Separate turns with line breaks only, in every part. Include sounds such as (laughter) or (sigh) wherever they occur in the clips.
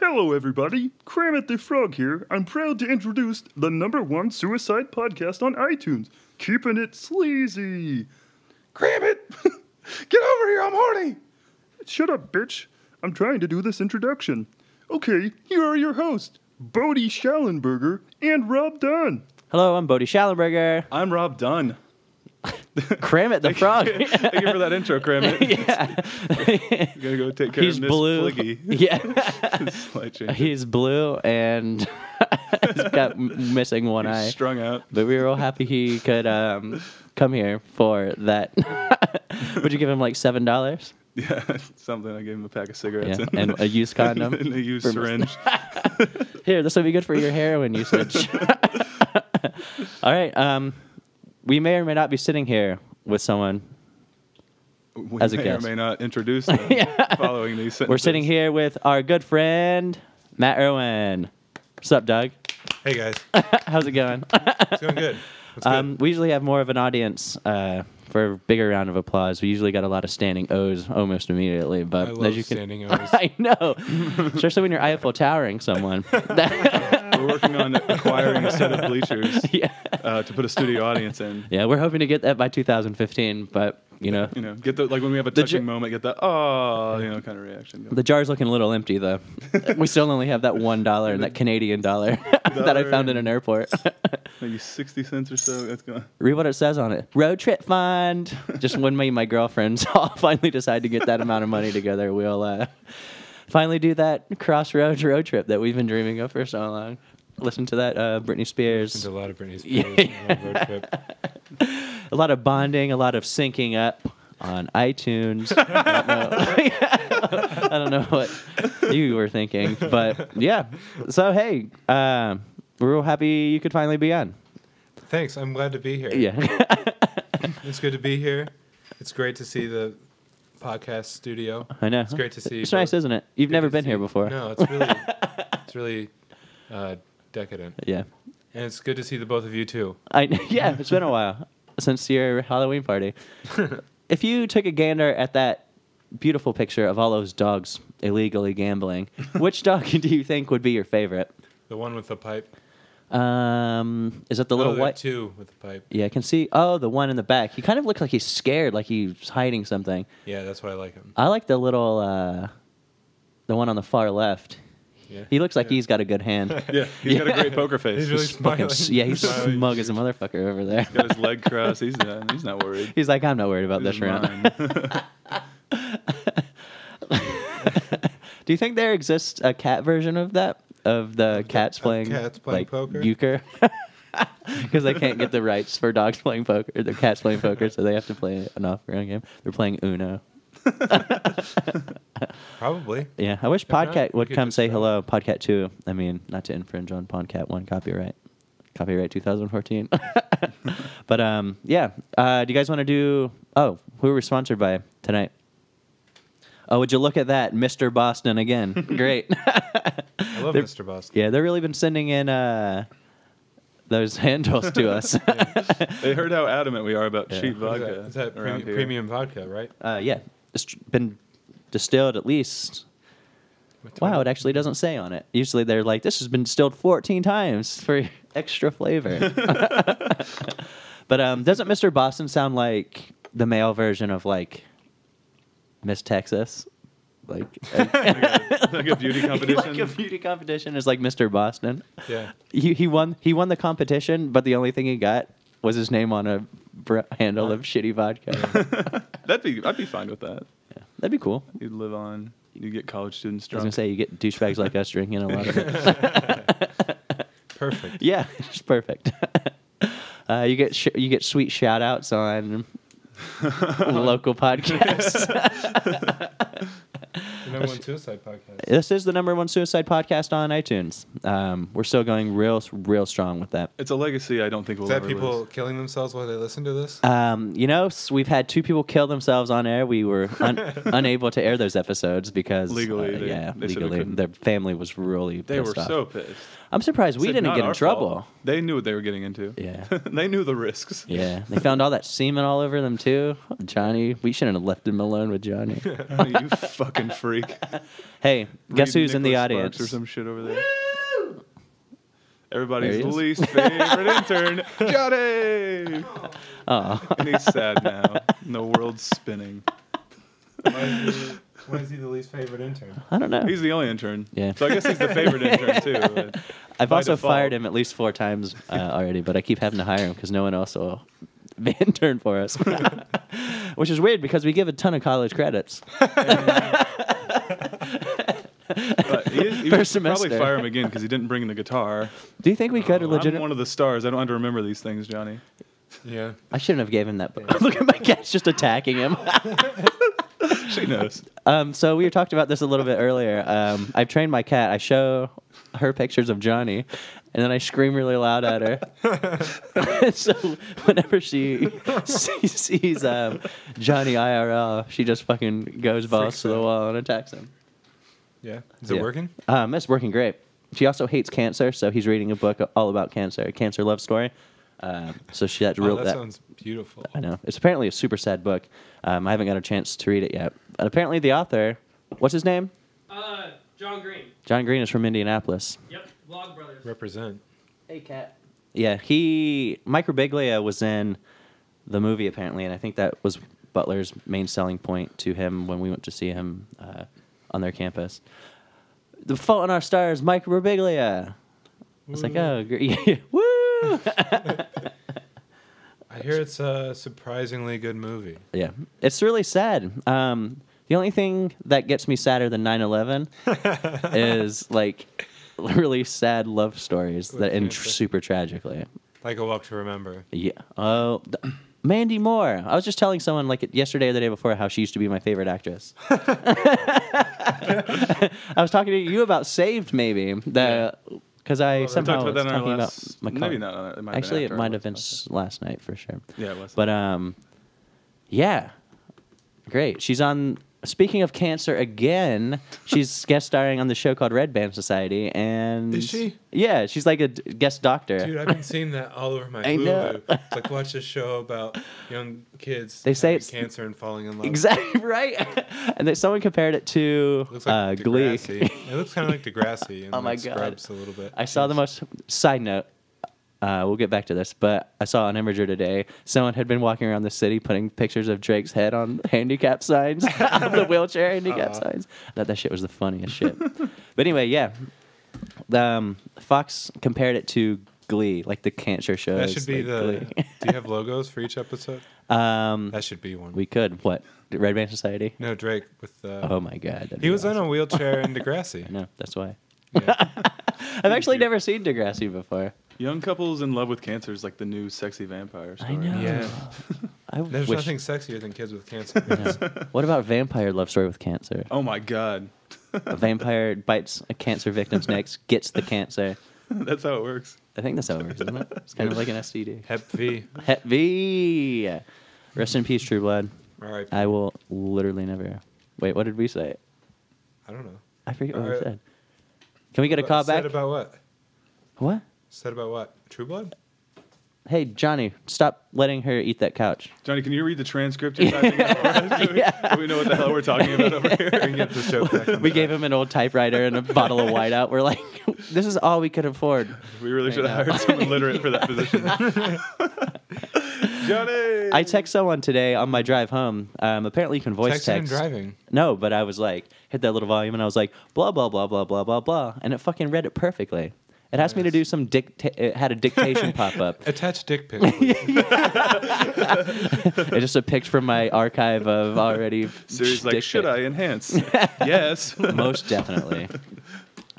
Hello, everybody. Kramit the Frog here. I'm proud to introduce the number one suicide podcast on iTunes, Keeping It Sleazy. Kramit! (laughs) Get over here, I'm horny! Shut up, bitch. I'm trying to do this introduction. Okay, here are your hosts, Bodie Schallenberger and Rob Dunn.
Hello, I'm Bodie Schallenberger.
I'm Rob Dunn.
Cram it, the frog.
Thank you for that
(laughs)
intro, Kramit.
yeah.
(laughs) You gotta go take care
(laughs) He's
of Miss
(laughs)
blue.
Pliggy. (laughs)
Yeah. (laughs)
Slight change.
He's blue and (laughs) he's got m- missing one eye.
Strung out.
But we were all happy he could um, come here for that. (laughs) Would you give him like seven dollars?
Yeah, (laughs) something. I gave him a pack of cigarettes
Yeah,
and,
and a used
(laughs)
condom
and a used
for Miss- (laughs)
syringe.
Here, this will be good for your heroin usage. (laughs) all right. Um, we may or may not be sitting here with someone.
We
As a
may
guest.
or may not
(laughs)
introduce them
Yeah.
following these sentences.
We're sitting here with our good friend Matt Irwin. What's up, Doug?
Hey guys,
How's it going?
it's going good. It's good.
(laughs) Um, we usually have more of an audience uh, for a bigger round of applause. We usually got a lot of standing O's almost immediately, but
I
as
love
you (laughs) can,
standing O's.
I know, especially when you're Eiffel towering
(laughs)
someone. (laughs)
We're working on acquiring a set of bleachers
(laughs) yeah.
uh, to put a studio audience in.
yeah, we're hoping to get that by 2015, but you know,
You know, get the like when we have a
The
touching
ju-
moment, get that oh, you know, kind of reaction.
the jar's looking a little empty
(laughs)
though. we still only have that one dollar and that Canadian dollar (laughs) that I found in an airport. (laughs)
Maybe sixty cents or so. That's gone.
Read what it says on it. Road trip fund. Just when me and my girlfriends (laughs) all finally decide to get that amount of money together, we'll uh, finally do that crossroads road trip that we've been dreaming of for so long. Listen to that uh, Britney
There's
Spears.
a lot of Britney
Yeah.
Spears on the road trip.
A lot of bonding, a lot of syncing up on iTunes. I don't know (laughs) what you were thinking, but yeah. So hey, um, we're real happy you could finally be on.
Thanks, I'm glad to be here.
Yeah.
It's good to be here. It's great to see the podcast studio.
(laughs) I know.
It's great to see.
It's
both-
nice, isn't it? You've
good
never
to
been
see-
here before.
No, it's
(laughs)
really, it's really uh, decadent,
Yeah.
and it's good to see the both of you
(laughs)
too.
I yeah, it's been a while since your Halloween party. if you took a gander at that beautiful picture of all those dogs illegally
(laughs)
gambling, which dog (laughs) do you think would be your favorite?
The one with the pipe.
Um, is it the
oh,
little
there are
white?
Two with the pipe.
Yeah, I can see. Oh, the one in the back. He kind of looks like he's scared, like he's hiding something.
Yeah, that's why I like him.
I like the little, uh, the one on the far left.
Yeah.
He looks like
Yeah. (laughs)
he's got a good hand.
Yeah, he's got
(laughs)
a great poker face.
He's really
He's
Fucking
smiling.
s- yeah, he's
Smiling.
smug as a motherfucker over there.
got his leg crossed. He's not. He's not worried.
He's like, I'm not worried about
This
this
is
round.
mine.
(laughs)
(laughs)
Do you think there exists a cat version of that? Of the cats playing,
cats playing
like,
poker?
euchre, (laughs) because they can't get the rights for dogs (laughs) playing poker. The cats playing poker, so they have to play an off-ground game. They're playing Uno.
Probably.
Yeah, I wish
not,
Podcat
we
would
could
come
just
say
try.
hello. Podcat two. I mean, not to infringe on Podcat one copyright, copyright 2014. (laughs) but um, yeah. Uh, do you guys want to do? Oh, who were we sponsored by tonight? Oh, would you look at that, Mister Boston
(laughs)
again? Great.
I
(laughs)
love
They're-
Mr. Boston.
Yeah, they've really been sending in uh, those (laughs) handles
(laughs)
to
(laughs)
us.
They heard how adamant we are about cheap
What is
vodka
that? Is that
around
premium,
here.
premium vodka, right?
(laughs) uh, yeah, it's tr- been distilled at least. Wow, it actually doesn't say on it. Usually they're like, this has been distilled 14 times for (laughs) extra flavor.
(laughs)
but um, doesn't Mr. Boston sound like the male version of like Miss Texas? Like,
(laughs) Like a beauty competition.
(laughs) like a beauty competition is like Mr. Boston.
Yeah.
He, he won he won the competition, but the only thing he got was his name on a br- handle of shitty vodka.
(laughs) (laughs) That'd be. I'd be fine with that.
That'd be cool.
You'd live on. You get college students
I was gonna
drunk.
say you get douchebags like us drinking a lot of it.
(laughs)
(laughs)
Perfect.
Yeah, it's perfect. (laughs) Uh, you get sh- you get sweet shout outs on
(laughs) Uh-huh.
local podcasts.
The number one suicide podcast.
(laughs) this is the number one suicide podcast on iTunes. Um, we're still going real real strong with that.
It's a legacy. I don't think we'll
Is that
ever
people
lose.
killing themselves while they listen to this?
Um, you know, s- we've had two people kill themselves on air. We were
(laughs)
un- unable to air those episodes because
Legally,
uh,
they-
yeah,
they said they
legally,
couldn't.
their family was really
They
pissed
were
off.
so pissed.
I'm surprised we
Said,
didn't
"Not
get in
our fault."
trouble.
They knew what they were getting into.
Yeah.
(laughs) they knew the risks.
(laughs) Yeah, they found all
(laughs)
that semen all over them too. Johnny, we shouldn't have left him alone with Johnny.
(laughs) you fucking freak.
Hey, (laughs) guess
Read
who's in the
Nicholas Sparks
audience?
or some shit over there.
There
Everybody's
he is. (laughs)
least favorite intern, Johnny.
Oh,
And he's sad now. And the world's spinning.
Why is, he, why is he the least
(laughs)
favorite intern?
I don't know.
He's the only intern.
Yeah.
So I guess he's the favorite intern too.
(laughs)
but-
I've
by
also
default.
fired him at least four times uh, already, but I keep having to hire him because no one else will (laughs) intern for us, (laughs) which is weird because we give a ton of college credits.
But he
(laughs)
is, he
First
would
semester.
Probably fire him again because he didn't bring the guitar.
Do you think we could
I'm
legit?
one of the stars. I don't have to remember these things, Johnny.
(laughs) Yeah.
I shouldn't have gave him that. book. (laughs) Look at my cat's just attacking him.
She knows.
Um, so we talked about this a little bit earlier. Um, I've trained my cat. I show her pictures of Johnny, and then I scream really loud at her. (laughs) so whenever she (laughs) sees, sees um, Johnny IRL, she just fucking goes balls
Freaks
to the
out.
wall and attacks him.
Yeah. Is
Yeah.
it working?
Um, it's working great. She also hates cancer, so he's reading a book all about cancer, a cancer love story. Um, so she had to
Oh,
real
that,
that.
sounds beautiful.
I know it's apparently a super sad book. Um, I haven't got a chance to read it yet. But apparently, the author, what's his name?
Uh, John Green.
John Green is from Indianapolis.
Yep, Vlog Brothers.
Represent.
Hey, cat. Yeah, he Micro Biglia was in the movie apparently, and I think that was Butler's main selling point to him when we went to see him uh, on their campus. The Fault in Our Stars, Micro Biglia. I was like, oh, (laughs) great. woo! (laughs)
I hear it's a surprisingly good movie.
yeah, it's really sad. Um, the only thing that gets me sadder than 9/11 is like really sad love stories that end
cancer.
super tragically.
Like a walk to remember.
Yeah. Oh, th- Mandy Moore. I was just telling someone like yesterday or the day before how she used to be my
(laughs)
favorite actress. (laughs) I was talking to you about Saved, maybe the because I
we
somehow
talked about
was
that in our
talking
last-
about
maybe
Macaulay.
not on it. It might have been
Actually, it
after our
might have been
last
s- last night for sure.
Yeah, it was.
But um, yeah, great. She's on. Speaking of cancer again,
(laughs)
she's guest starring on the show called Red Band Society, and
Is she?
Yeah, she's like a d- guest doctor.
Dude, I've been seeing that all over my
I know.
Hulu. It's like watch a show about young kids.
They say
having
it's-
cancer and falling in love.
Exactly (laughs) right. and then someone compared it to
Looks
uh,
like
Glee.
Degrassi. It looks kind of like Degrassi. And
Oh my
like
God.
Scrubs a little bit.
(laughs) I saw the most. Side note. Uh, we'll get back to this, but I saw on Imager today someone had been walking around the city putting pictures of Drake's head on (laughs) handicap signs, (laughs) on
(laughs)
the
Uh-huh.
wheelchair handicap signs. I thought that shit was the funniest shit. but anyway, yeah, The, um, Fox compared it to Glee, like the cancer show.
That should be the. (laughs) do
(laughs)
you have logos for each episode?
Um,
That should be one.
we could what Red Band Society?
no, Drake with the.
Oh my god, that'd
he
be
was
awesome.
in a
(laughs)
wheelchair in Degrassi.
No, that's why.
Yeah.
(laughs) I've actually never seen Degrassi before.
Young couples in love with cancer is like the new sexy vampire story.
know.
Yeah.
(laughs) I
There's
wish. (laughs)
nothing sexier than kids with cancer. (laughs)
What about vampire love story with cancer?
Oh my god, (laughs)
A vampire bites a cancer victim's neck,
(laughs)
gets the cancer.
that's how it works.
I think that's how it works, isn't it? It's kind of like an STD.
Hep V.
Hep V. Rest in peace, True Blood.
All right. I,
I will literally never. Wait, what did we say?
don't know.
I forget what we
Alright.
said. Can we get a
But
call
Uh, Said
back?
about what?
what?
Said about what? True Blood?
Hey, Johnny, stop letting her eat that couch.
Johnny, can you read the transcript
(laughs)
you're typing out for us? Do we- do we know what the hell we're talking about over here.
Bring up the show back. on
We
that.
gave him an old typewriter and a bottle of whiteout. We're like, (laughs) this is all we could afford.
We really should
I
have
know.
hired someone literate for that
(laughs)
position. (laughs) Johnny.
I text someone today on my drive home. Um, apparently, you can voice
Texting and
text.
driving.
No, but I was like, hit that little volume, and I was like, blah blah blah blah blah blah blah, and it fucking read it perfectly. It asked me to do some dicta- It had
(laughs)
a dictation pop up.
Attach
(laughs)
dick pic. please.
It just a picture from my archive
(laughs)
of already.
Siri's like,
dick
should
pic."
I (laughs) enhance?
(laughs)
yes. I
(laughs)
Most definitely.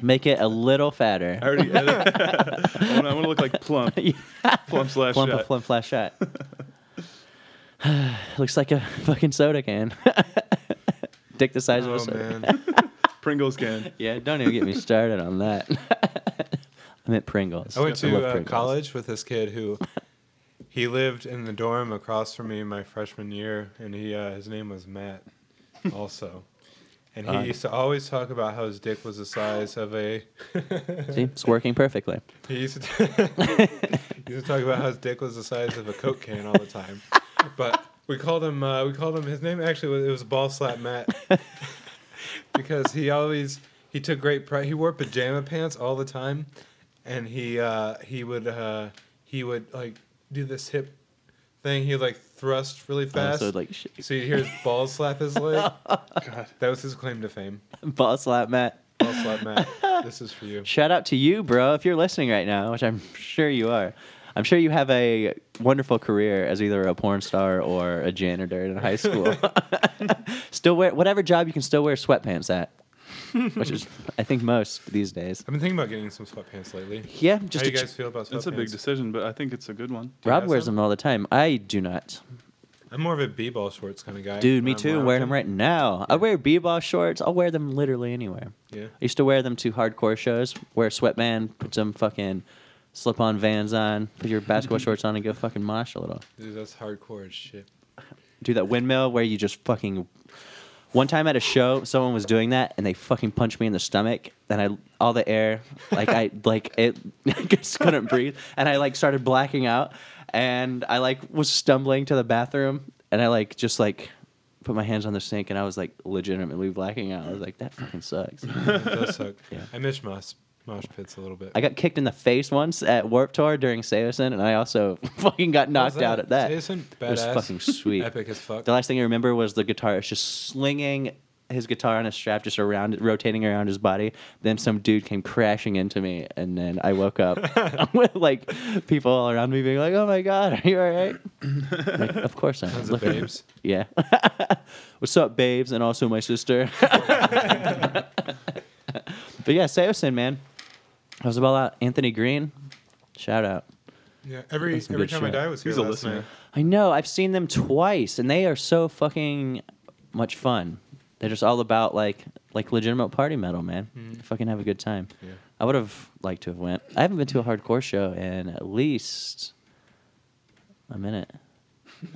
Make it a little fatter. (laughs)
already
(laughs)
edited. I want to look like plump. (laughs) Plump slash
Plump a
uh,
shot.
plump flash
(laughs)
shot. (sighs) Looks like a (laughs) fucking soda can. (laughs) Dick the size of a
Oh,
soda. (laughs)
man.
Pringles can.
Yeah, don't even get me started on that. (laughs) I meant Pringles.
I went
I love
to uh,
Pringles.
college with this kid who he lived in the dorm across from me my freshman year, and he uh, his name was Matt, also, and he used to always talk about how his dick was the size of a. (laughs)
See, it's working perfectly. Oh,
He used to, (laughs) he used to talk about how his dick was the size of a coke can all the time, but we called him uh, we called him his name actually was it was Ball Slap Matt. because he always he took great pride. He wore pajama pants all the time, and he uh, he would uh, he would like do this hip thing. He would like thrust really fast.
Oh, so like shit.
so you hear his balls slap his
(laughs)
leg. God, that was his claim to fame.
Ball slap, Matt.
Ball slap,
(laughs)
Matt. This is for you.
Shout out to you, bro, if you're listening right now, which I'm sure you are. I'm sure you have a wonderful career as either a porn star or a janitor in high
(laughs)
school. still wear whatever job you can still wear sweatpants at, which is I think most these days.
I've been thinking about getting some sweatpants lately.
Yeah, just
How
a
you
ch-
guys feel about sweatpants?
It's a big decision, but I think it's a good one.
Rob
have
wears
some?
them all the time. I do not.
I'm more of a b-ball shorts kind of guy.
Dude, me
I'm
too.
more
I'm wearing
often.
them right now. I wear b-ball shorts. I'll wear them literally anywhere.
Yeah.
I used to wear them to hardcore shows. Wear a sweatband, put some fucking slip-on Vans on, put your basketball shorts on, and go fucking mosh a little.
Dude, that's hardcore as shit.
(laughs) Do that windmill where you just fucking. One time at a show, someone was doing that, and they fucking punched me in the stomach. And I all the air, like I (laughs) like it, I just couldn't breathe, and I like started blacking out, and I like was stumbling to the bathroom, and I like just like. Put my hands on the sink and I was like legitimately blacking out. I was like, that fucking sucks.
It does suck.
Yeah.
I miss mosh, mosh pits a little bit.
I got kicked in the face once at Warp Tour during Seosin, and I also (laughs) fucking got
How's
knocked out at that.
Jason, badass.
It was fucking sweet.
Epic as fuck.
The last thing I remember was the guitarist just slinging his guitar on a strap, just around it, rotating around his body. Then some dude came crashing into me, and then I woke up (laughs) with like people all around me being like, "Oh my god, are you all right?" Like, of course I'm.
Tons of
Look at me."
babes.
Yeah. (laughs) What's up, babes, and also my sister. (laughs) but yeah, Seosin, man. I was about out Anthony Green. Shout out.
Yeah, every
That's some
every
good
time I
shit.
die was here
He's a
last
listener.
night.
I know. I've seen them twice, and they are so fucking much fun. They're just all about like like legitimate party metal, man.
Mm.
Fucking have a good time.
Yeah.
I would have liked to have went. I haven't been to a hardcore show in at least a minute,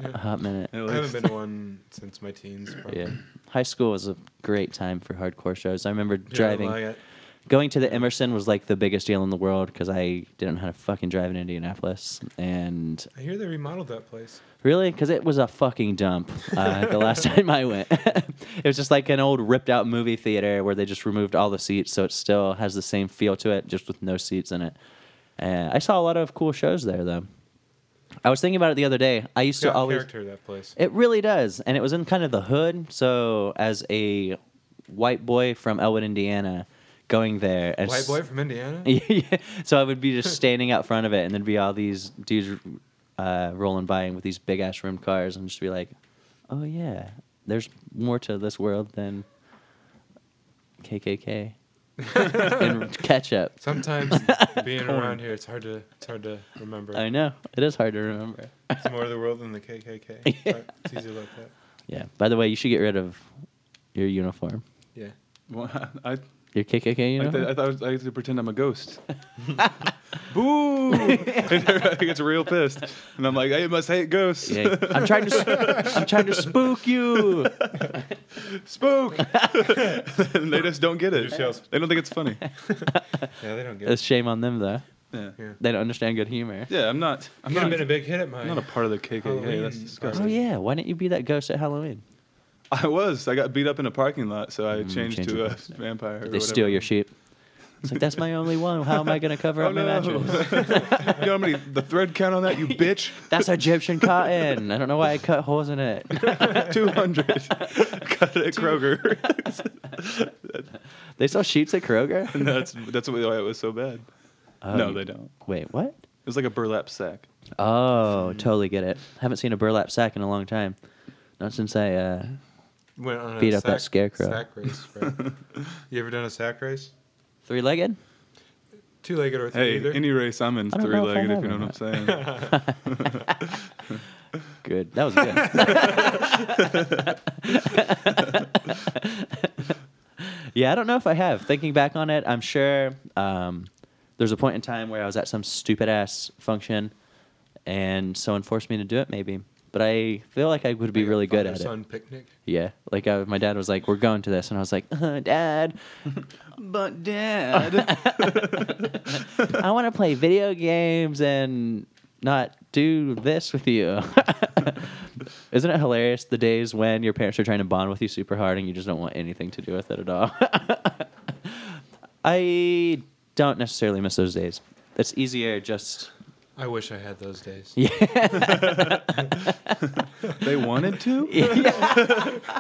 a hot minute.
At
I
least.
haven't been
(laughs)
to one since my teens. Probably.
Yeah, high school was a great time for hardcore shows. I remember
Yeah,
driving,
well, yeah.
going to the Emerson was like the biggest deal in the world because I didn't know how to fucking drive in Indianapolis, and
I hear they remodeled that place.
Really? Because it was a fucking dump uh, the last (laughs) time I went. it was just like an old ripped out movie theater where they just removed all the seats, so it still has the same feel to it, just with no seats in it. Uh, I saw a lot of cool shows there, though. I was thinking about it the other day. I used
It's got
to always.
character that place.
It really does, and it was in kind of the hood. So, as a white boy from Elwood, Indiana, going there, and
White
s-
boy from Indiana.
(laughs) yeah. So I would be just standing out front of it, and there'd be all these dudes uh, rolling by with these big ass rim cars, and just be like, "Oh yeah, there's more to this world than KKK and ketchup." (laughs)
Sometimes being around here, it's hard to it's hard to remember.
I know it is hard to remember.
It's more of the world than
(laughs)
the KKK. It's easier like that.
Yeah. By the way, you should get rid of your uniform,
Yeah.
Well, (laughs) I,
your KKK
I,
uniform.
th- I thought I, was, I had to pretend I'm a
(laughs)
ghost. (laughs) Boo! (laughs) and everybody gets real pissed, and I'm like, I must hate ghosts.
yeah. I'm trying to, sp- I'm trying to spook you.
(laughs)
(laughs)
Spook! (laughs) and they just don't get it.
Your sales-
They don't think it's
(laughs)
funny.
Yeah, they don't get
It's
it.
shame on them though.
Yeah,
Yeah.
They don't understand good humor.
yeah I'm not. I'm
Could have
not,
been a big hit at
I'm
mine.
not a part of the KKK. That's
Halloween
disgusting.
Oh yeah, why didn't you be that ghost at Halloween?
I was. I got beat up in a parking lot, so I changed
Mm, changed
to
your
a
costume.
vampire. or
they steal
whatever.
your sheep. It's like that's my only one. How am I gonna cover
Oh,
up my
no. (laughs)
mattress?
you know (laughs) how many the thread count on that, you bitch?
(laughs) That's (laughs) Egyptian cotton. I don't know why I cut holes in it.
(laughs) Two hundred.
(laughs)
Got it at Kroger. (laughs)
They sell sheets at Kroger.
And that's that's why it was so bad.
Oh,
no,
you-
they don't.
Wait, what?
It was like a burlap sack.
Oh, totally get it. Haven't seen a burlap sack in a long time. Not since I. Uh,
Went on a
Beat up that
sack-
scarecrow.
Sack race,
(laughs)
(laughs)
right? you ever done a sack race?
Three-legged.
Two-legged or
Hey,
either?
any race I'm in
I don't
three
know if I
legged, if
have
you know
or
what I'm saying.
(laughs)
(laughs) Good. That was good. (laughs) yeah, I don't know if I have. Thinking back on it, I'm sure um, there's a point in time where I was at some stupid ass function and someone forced me to do it, maybe. But I feel like I would be
Like a
really good at it.
father-son picnic.
Yeah. Like I, my dad was like, we're going to this. And I was like, (laughs) uh, Dad,
But dad,
I want to play video games and not do this with you. (laughs) Isn't it hilarious the days when your parents are trying to bond with you super hard and you just don't want anything to do with it at all? (laughs) I don't necessarily miss those days. It's easier just
I wish I had those days.
They wanted
(laughs)
to?
(laughs)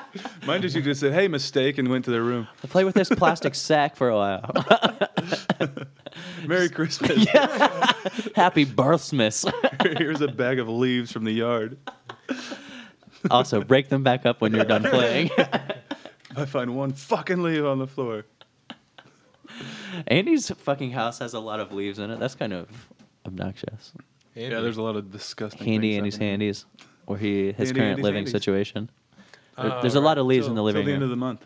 Mine just you just said, hey, mistake, and went to their room.
play with this plastic sack for a while. (laughs)
Merry Christmas.
Happy birthsmas. (laughs)
(laughs) Here's a bag of leaves from the yard.
also, break them back up when you're done playing. (laughs)
I find one fucking leaf on the floor.
Andy's fucking house has a lot of leaves in it. That's kind of obnoxious.
Yeah, there's a lot of disgusting
Handy
things
Andy's
happening.
handies, or he his
Handy
current
Andy's
living
Handies. Uh,
situation. There-
Oh,
there's a lot
right.
of leaves in
Till-
the
till
living
the end of
room.
the month.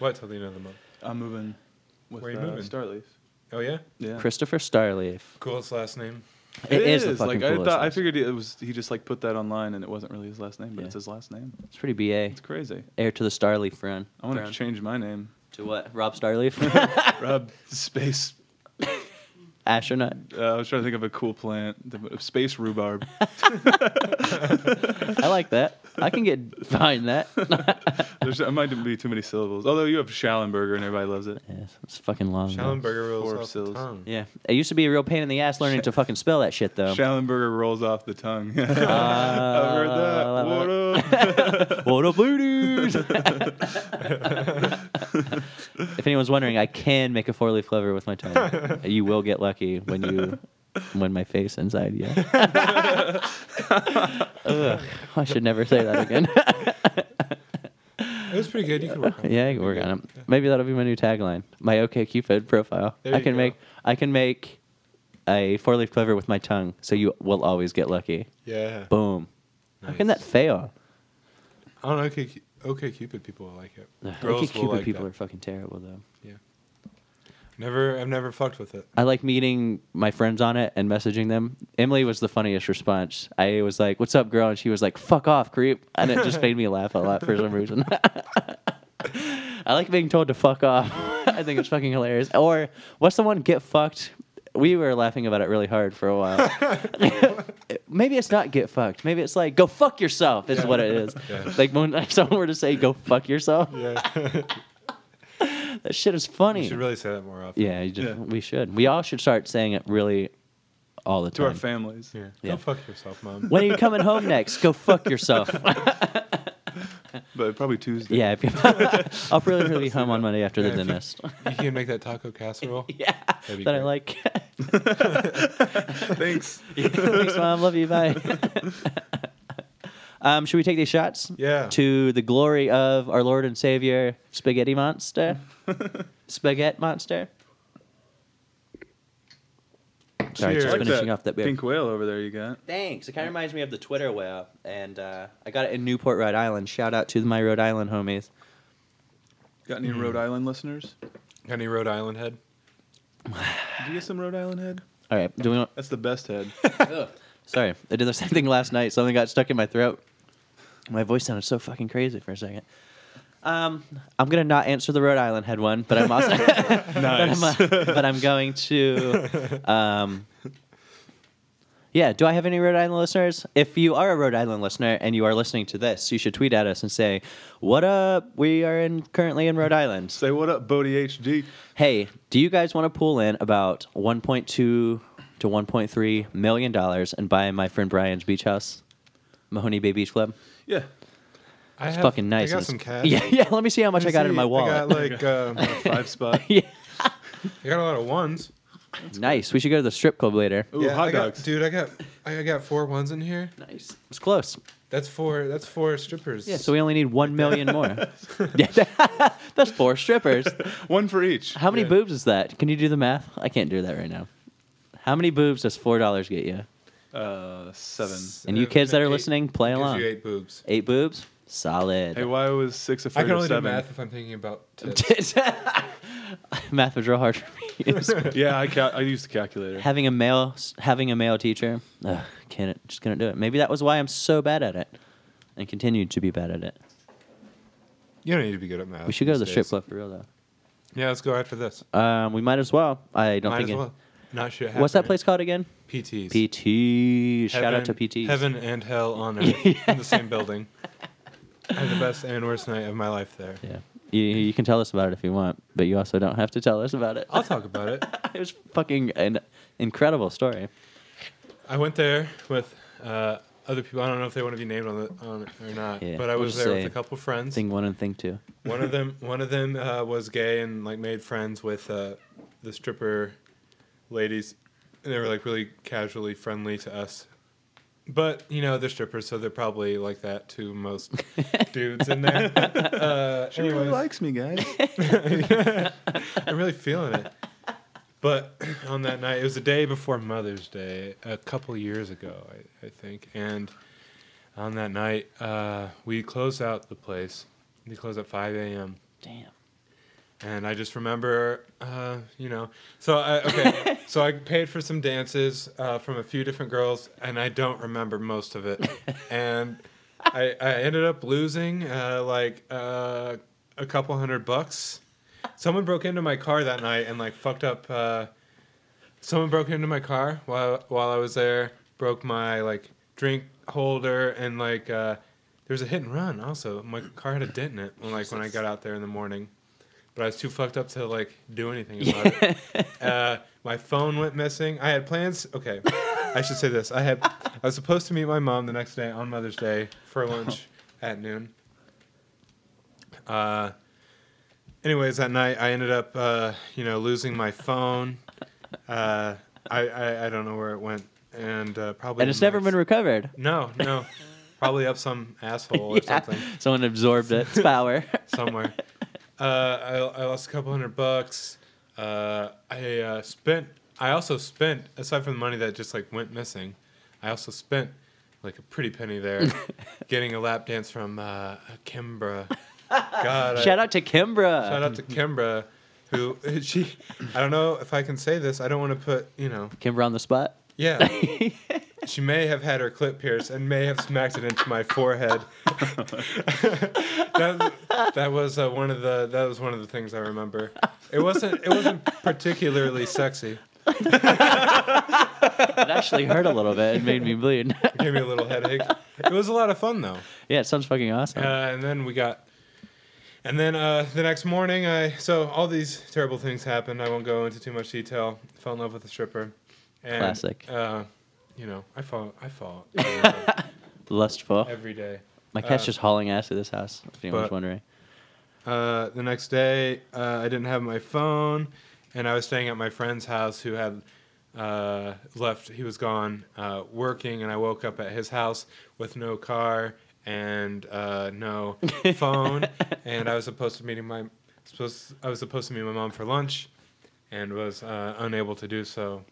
What till the end of the month?
I'm moving with
Where you
uh,
moving?
Starleaf.
Oh yeah,
Yeah.
Christopher Starleaf.
coolest last name.
it is, the
like
fucking
I
coolest.
thought. I
house.
figured it was he just like put that online and it wasn't really his last name, but
Yeah.
it's his last name.
it's pretty ba.
It's crazy.
Heir to the Starleaf friend.
I want to
Throne.
change my name,
to what? Rob Starleaf,
(laughs) Rob Space.
astronaut.
Uh, I was trying to think of a cool plant, The- Space
(laughs)
Rhubarb.
I like that. I can get behind that. (laughs)
(laughs) There's there might be too many syllables. Although you have Schallenberger and everybody loves it.
Yeah, it's fucking long. though.
Schallenberger rolls
Four
off the
syllables.
tongue.
Yeah, it used to be a real pain in the ass learning to fucking spell that shit though.
Schallenberger rolls off the tongue. (laughs) I've heard
Ah, I
that.
love
What up?
What up,
(laughs)
ladies? (laughs) if anyone's wondering, I can make a four leaf clover with my
(laughs)
tongue. You will get lucky when you when my face inside
(laughs)
you. Ugh, I should never say that again. (laughs)
It was pretty good. You can work on it.
yeah, I can work on it. Maybe that'll be my new tagline. My OK Cupid profile.
There
I
you
can
go.
make I can make a four leaf clover with my tongue, so you will always get lucky.
Yeah.
Boom. How can that
Nice.
fail?
I don't know. Okay, Cu- okay Cupid people will like it.
OK
Girls will
Cupid
like
people
that.
are fucking terrible though.
Yeah. Never. I've never fucked with it.
I like meeting my friends on it and messaging them. Emily was the funniest response. I was like, "What's up, girl?" and she was like, "Fuck off, creep," and it just made me laugh a lot for some reason. (laughs) I like being told to fuck off. (laughs) I think it's fucking hilarious. Or what's the one? Get fucked. We were laughing about it really hard for a
(laughs)
while. Maybe it's not get fucked. Maybe it's like go fuck yourself. Is what it is.
Yeah.
Like when (laughs) someone were to say go fuck yourself, (laughs)
Yeah.
that shit is funny.
you should really say that more often.
Yeah, you just,
Yeah.
we should. We all should start saying it really all
(laughs)
the
to our
time.
families.
Yeah.
Yeah.
Go fuck yourself, mom.
when are you coming home next? Go fuck
(laughs)
yourself.
But probably Tuesday.
yeah, if you- (laughs) I'll probably really hum on Monday after the
Yeah, if you- (laughs)
dentist.
You can make that taco casserole.
(laughs) yeah,
That'd be
that I
great.
like.
(laughs)
(laughs)
Thanks.
Thanks, mom. Love you. Bye. (laughs) um, should we take these shots?
Yeah.
To the glory of our Lord and Savior, Spaghetti
(laughs)
Monster, Spaghetti Monster. Sorry,
Cheers.
just
I like
finishing off that beer.
pink whale over there you got.
Thanks. It kind of reminds me of the Twitter whale, and uh, I got it in Newport, Rhode Island. Shout out to my Rhode Island homies.
Got any
Hmm.
Rhode Island listeners?
Got Any Rhode Island head?
Did you get some Rhode Island head?
All right, do we want?
That's the best head. (laughs)
Sorry, I did the (laughs) same thing last night. Something got stuck in my throat. My voice sounded so fucking crazy for a second. Um, I'm gonna not answer the Rhode Island head one, but I'm also, (laughs)
nice.
but, I'm, uh, but I'm going to. Um, yeah, do I have any Rhode Island listeners? If you are a Rhode Island listener and you are listening to this, you should tweet at us and say, "What up? We are in currently in Rhode Island."
Say what up, Bodie HD.
hey, do you guys want to pull in about 1.2 to 1.3 million dollars and buy my friend Brian's beach house, Mahoney Bay Beach Club?
Yeah.
I
It's
have-
fucking nice.
I got
and
some
it's-
cash.
Yeah, (laughs) yeah. Let me see how much I got in my wallet.
I got like um,
Five spot.
(laughs) yeah,
I got a lot of ones.
nice. We should go to the strip club later.
Ooh,
yeah, I
hot
got-
dogs.
dude. I got I got four ones in here.
Nice. It's close.
That's four. That's four strippers.
Yeah, so we only need one million more.
(laughs)
(laughs) yeah, that's four strippers.
One for each.
How many
Yeah.
boobs is that? Can you do the math? I can't do that right now. How many boobs does four dollars get you?
Uh, seven.
And you kids that are listening, play
gives
along.
You eight boobs.
Eight boobs, solid.
Hey, why was six
I
afraid
can
of
only do
seven?
math if I'm
(laughs)
thinking about tips.
math was real hard for me. (laughs)
Yeah, I cal- I used the calculator.
having a male having a male teacher ugh, can't just couldn't do it maybe that was why i'm so bad at it and continued to be bad at it
Oh, You don't need to be good at math.
we should go to the
these
strip
days.
club for real
Yeah, let's go after this.
though um, we might as well i don't
Might
think
as
it-
well. Not shit.
what's that
happening.
place called again
PTs.
PT. Shout out to
Heaven-
PT.
Heaven and hell
(laughs)
on earth in the same building. I had the best and worst night of my life there.
Yeah. You, you can tell us about it if you want, but you also don't have to tell us about it.
I'll talk about it.
(laughs) it was fucking an incredible story.
I went there with uh, other people. I don't know if they want to be named on, the, on it or not,
Yeah,
but I
we'll
was
just
there with
say
a couple friends.
Thing one and thing two.
One of them, one of them uh, was gay and like made friends with uh, the stripper ladies, and they were like really casually friendly to us. But you know they're strippers, so they're probably like that to most dudes in there. uh,
She really
anyways.
likes me,
(laughs)
guys.
(laughs) I'm really feeling it. But (clears throat) on that night, it was the day before Mother's Day, a couple years ago, I, I think. And on that night, uh, we closed out the place. We closed at 5 a.m.
Damn.
And I just remember, uh, you know, so I okay, so I paid for some dances uh, from a few different girls, and I don't remember most of it, and I, I ended up losing uh, like uh, a couple hundred bucks. Someone broke into my car that night and like fucked up. Uh, someone broke into my car while while I was there, broke my like drink holder, and like uh, there was a hit and run. Also, my car had a dent in it. When, like when I got out there in the morning, but I was too fucked up to like do anything
(laughs)
about it. Uh, my phone went missing. I had plans. Okay, I should say this. I had I was supposed to meet my mom the next day on Mother's Day
(laughs)
for lunch at noon. Uh, anyways, that night I ended up uh, you know losing my phone. Uh, I, I I don't know where it went, and uh, probably
And it's
in
never
my-
been recovered.
no no. Probably up some asshole or
(laughs) Yeah.
something
Someone absorbed its power.
(laughs) somewhere. uh, I, I lost a couple hundred bucks. Uh, I uh, spent. I also spent aside from the money that just like went missing. I also spent like a pretty penny there, getting a lap dance from uh, Kimbra. God, I-
(laughs) Shout out to Kimbra.
shout out to Kimbra, who (laughs) she. I don't know if I can say this. I don't want to put you know.
Kimbra on the spot. (laughs)
Yeah. She may have had her clip pierced and may have smacked it into my forehead. (laughs) that, that was uh, one of the that was one of the things I remember. It wasn't it wasn't particularly sexy.
It actually hurt a little bit. It made me bleed. (laughs)
It gave me a little headache. It was a lot of fun though.
yeah, it sounds fucking awesome.
Uh, and then we got, and then uh, the next morning, I so all these terrible things happened. I won't go into too much detail. Fell in love with a stripper. And,
Classic.
Uh, you know, I fall
(laughs)
I fall in love
Lustful.
every day.
My cat's
uh,
just hauling ass at this house. If anyone's
but-
wondering.
Uh, the next day, uh, I didn't have my phone, and I was staying at my friend's house who had uh, left. He was gone uh, working, and I woke up at his house with no car and uh, no phone. and I was supposed to meet my supposed I was supposed to meet my mom for lunch, and was uh, unable to do so.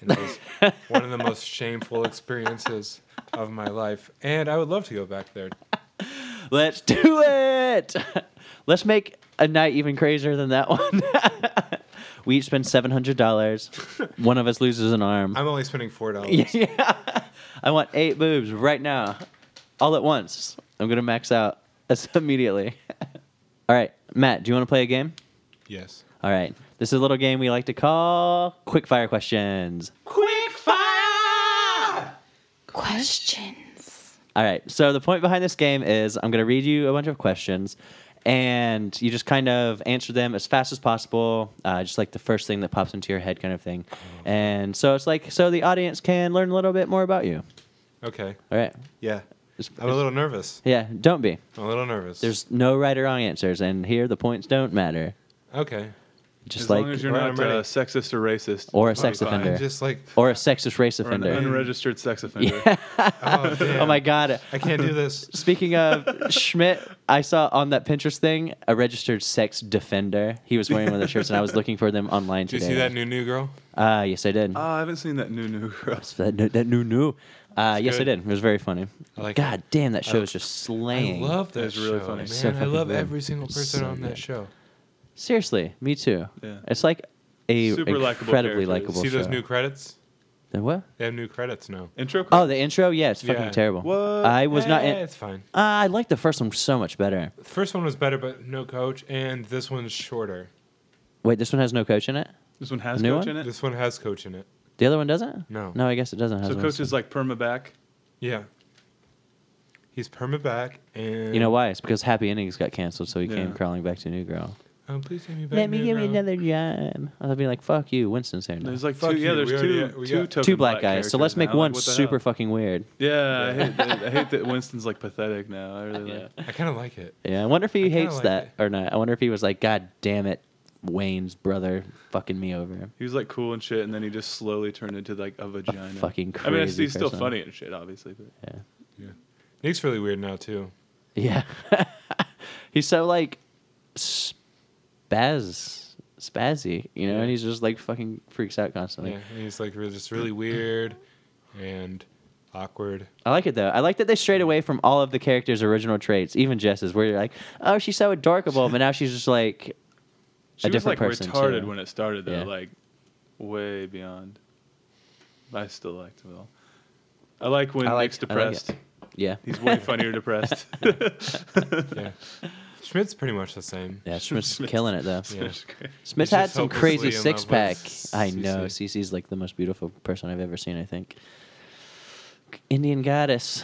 And it was one of the most shameful experiences of my life. And I would love to go back there.
Let's do it. (laughs) Let's make a night even crazier than that one. (laughs) we each spend seven hundred dollars. One of us loses an arm.
I'm only spending four
(laughs)
dollars.
yeah. I want eight boobs right now, all at once. I'm gonna max out (laughs) as immediately. (laughs) all right, Matt, do you want to play a game?
Yes.
All right, this is a little game we like to call quick fire questions.
Questions.
All right. So the point behind this game is I'm going to read you a bunch of questions, and you just kind of answer them as fast as possible, uh, just like the first thing that pops into your head, kind of thing. And so it's like so the audience can learn a little bit more about you.
Okay.
All right.
Yeah.
It's-
I'm a little nervous.
yeah. Don't be.
I'm a little nervous.
There's no right or wrong answers, and here the points don't matter.
okay.
Just
As
like
long as you're
Right,
not
I'm ready.
uh, sexist or racist.
or a sex
fine.
offender, Oh,
I'm just like,
or a sexist race
Or an
offender. (laughs)
unregistered sex offender. Uh,
oh, damn.
oh my god.
I can't
(laughs)
do this.
Speaking of Schmidt, I saw on that Pinterest thing a registered sex defender. He was wearing one of the shirts, and I was looking for them online
(laughs) Did
today.
you see that new new girl?
Uh, yes, I did.
Oh, I haven't seen that new new girl.
So that, new- that new new. Uh, yes, I
good.
did. It was very funny.
I like
God damn, that show
I-
is just
I
slaying.
love that
That's really
show,
funny.
man.
It's so
I
fucking
love
good.
every single
It's
person
so
on
good.
that show.
Seriously, me too.
Yeah.
It's like a
Super likable
incredibly
characters.
likable
see
show.
those new credits?
The what?
They have new credits now.
(laughs) Intro.
Oh, the intro. Yeah, it's
Yeah.
fucking terrible.
What?
I was not.
Eh,
In- Ah,
it's fine.
I liked the first one so much better.
The first one was better, but no coach, and this one's shorter.
Wait, this one has no coach in it.
this one has
New
coach
one?
in it.
This one has coach in it.
The other one doesn't?
No.
No, I guess it doesn't.
So
have
Coach is like perma back.
Yeah. He's perma back and
You know why? It's because Happy Endings got canceled, so he
Yeah.
came crawling back to New Girl.
Oh, please take me back.
Let me give
Negro.
you another job. I'll be like, fuck you, Winston's here now.
There's like
Fuck
two, yeah,
you,
there's
we
two,
already- we
two
got-
token
Two black guys, so let's
characters
make
now. Like,
one
what the hell?
(laughs) super fucking weird.
Yeah, I hate, that, I hate that Winston's like pathetic now. I really like-
I kind of like it.
Yeah, I wonder if he
kinda
hates
like
that or not. I wonder if he was like, God damn it, Wayne's brother fucking me over.
He was like cool and shit, and then he just slowly turned into like a vagina.
fucking
I mean,
crazy
he's still
person.
funny and shit, obviously. But
Nick's really weird now too.
Yeah. (laughs) he's so like spaz spazzy, you know, and he's just like fucking freaks out constantly.
Yeah, and he's like really,
(clears throat)
just really weird and awkward.
I like it though. I like that they strayed away from all of the characters' original traits, even Jess's, where you're like, oh, she's so adorable, but now she's just like
she
a
was like
different person.
retarded
too.
when it started, though,
Yeah.
like way beyond. I still liked him all. I like when
I like-
Nick's
I like it.
depressed.
yeah.
he's way funnier
(laughs)
depressed.
Yeah. Schmidt's pretty much the same. (laughs)
(laughs)
Yeah, (laughs) Schmidt's killing it though.
Yeah.
Smith
(laughs) He's just
had some
hopelessly
crazy
in love
six pack.
with
(laughs)
I
CC.
know. CC's like the most beautiful person I've ever seen, I think. Indian goddess.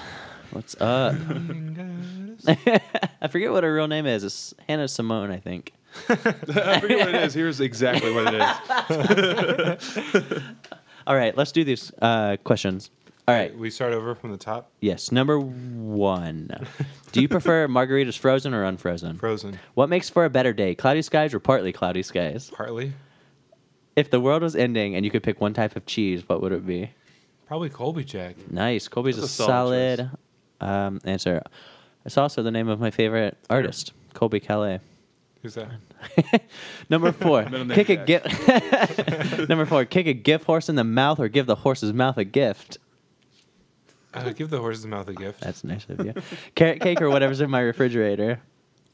What's up?
(laughs)
(laughs) I forget what her real name is. It's Hannah Simone, I think.
I forget what it is. Here's exactly what it is.
(laughs) All right, let's do these uh, questions. All right.
We start over from the top.
Yes. Number one. Do
(laughs)
you prefer margaritas frozen or unfrozen?
Frozen.
What makes for a better day, cloudy skies or partly cloudy skies?
Partly.
If the world was ending and you could pick one type of cheese, what would it be?
Probably Colby Jack.
Nice. Colby's
That's
a,
a solid
solid um, answer. It's also the name of my favorite artist, Colby Calais.
Who's that?
(laughs)
(laughs)
Number four,
Middle name
kick a gift. (laughs) Number four, kick a gift horse in the mouth or give the horse's mouth a gift. (laughs)
Uh, give the horse's mouth a gift.
That's nice of you. Carrot cake or whatever's in my refrigerator.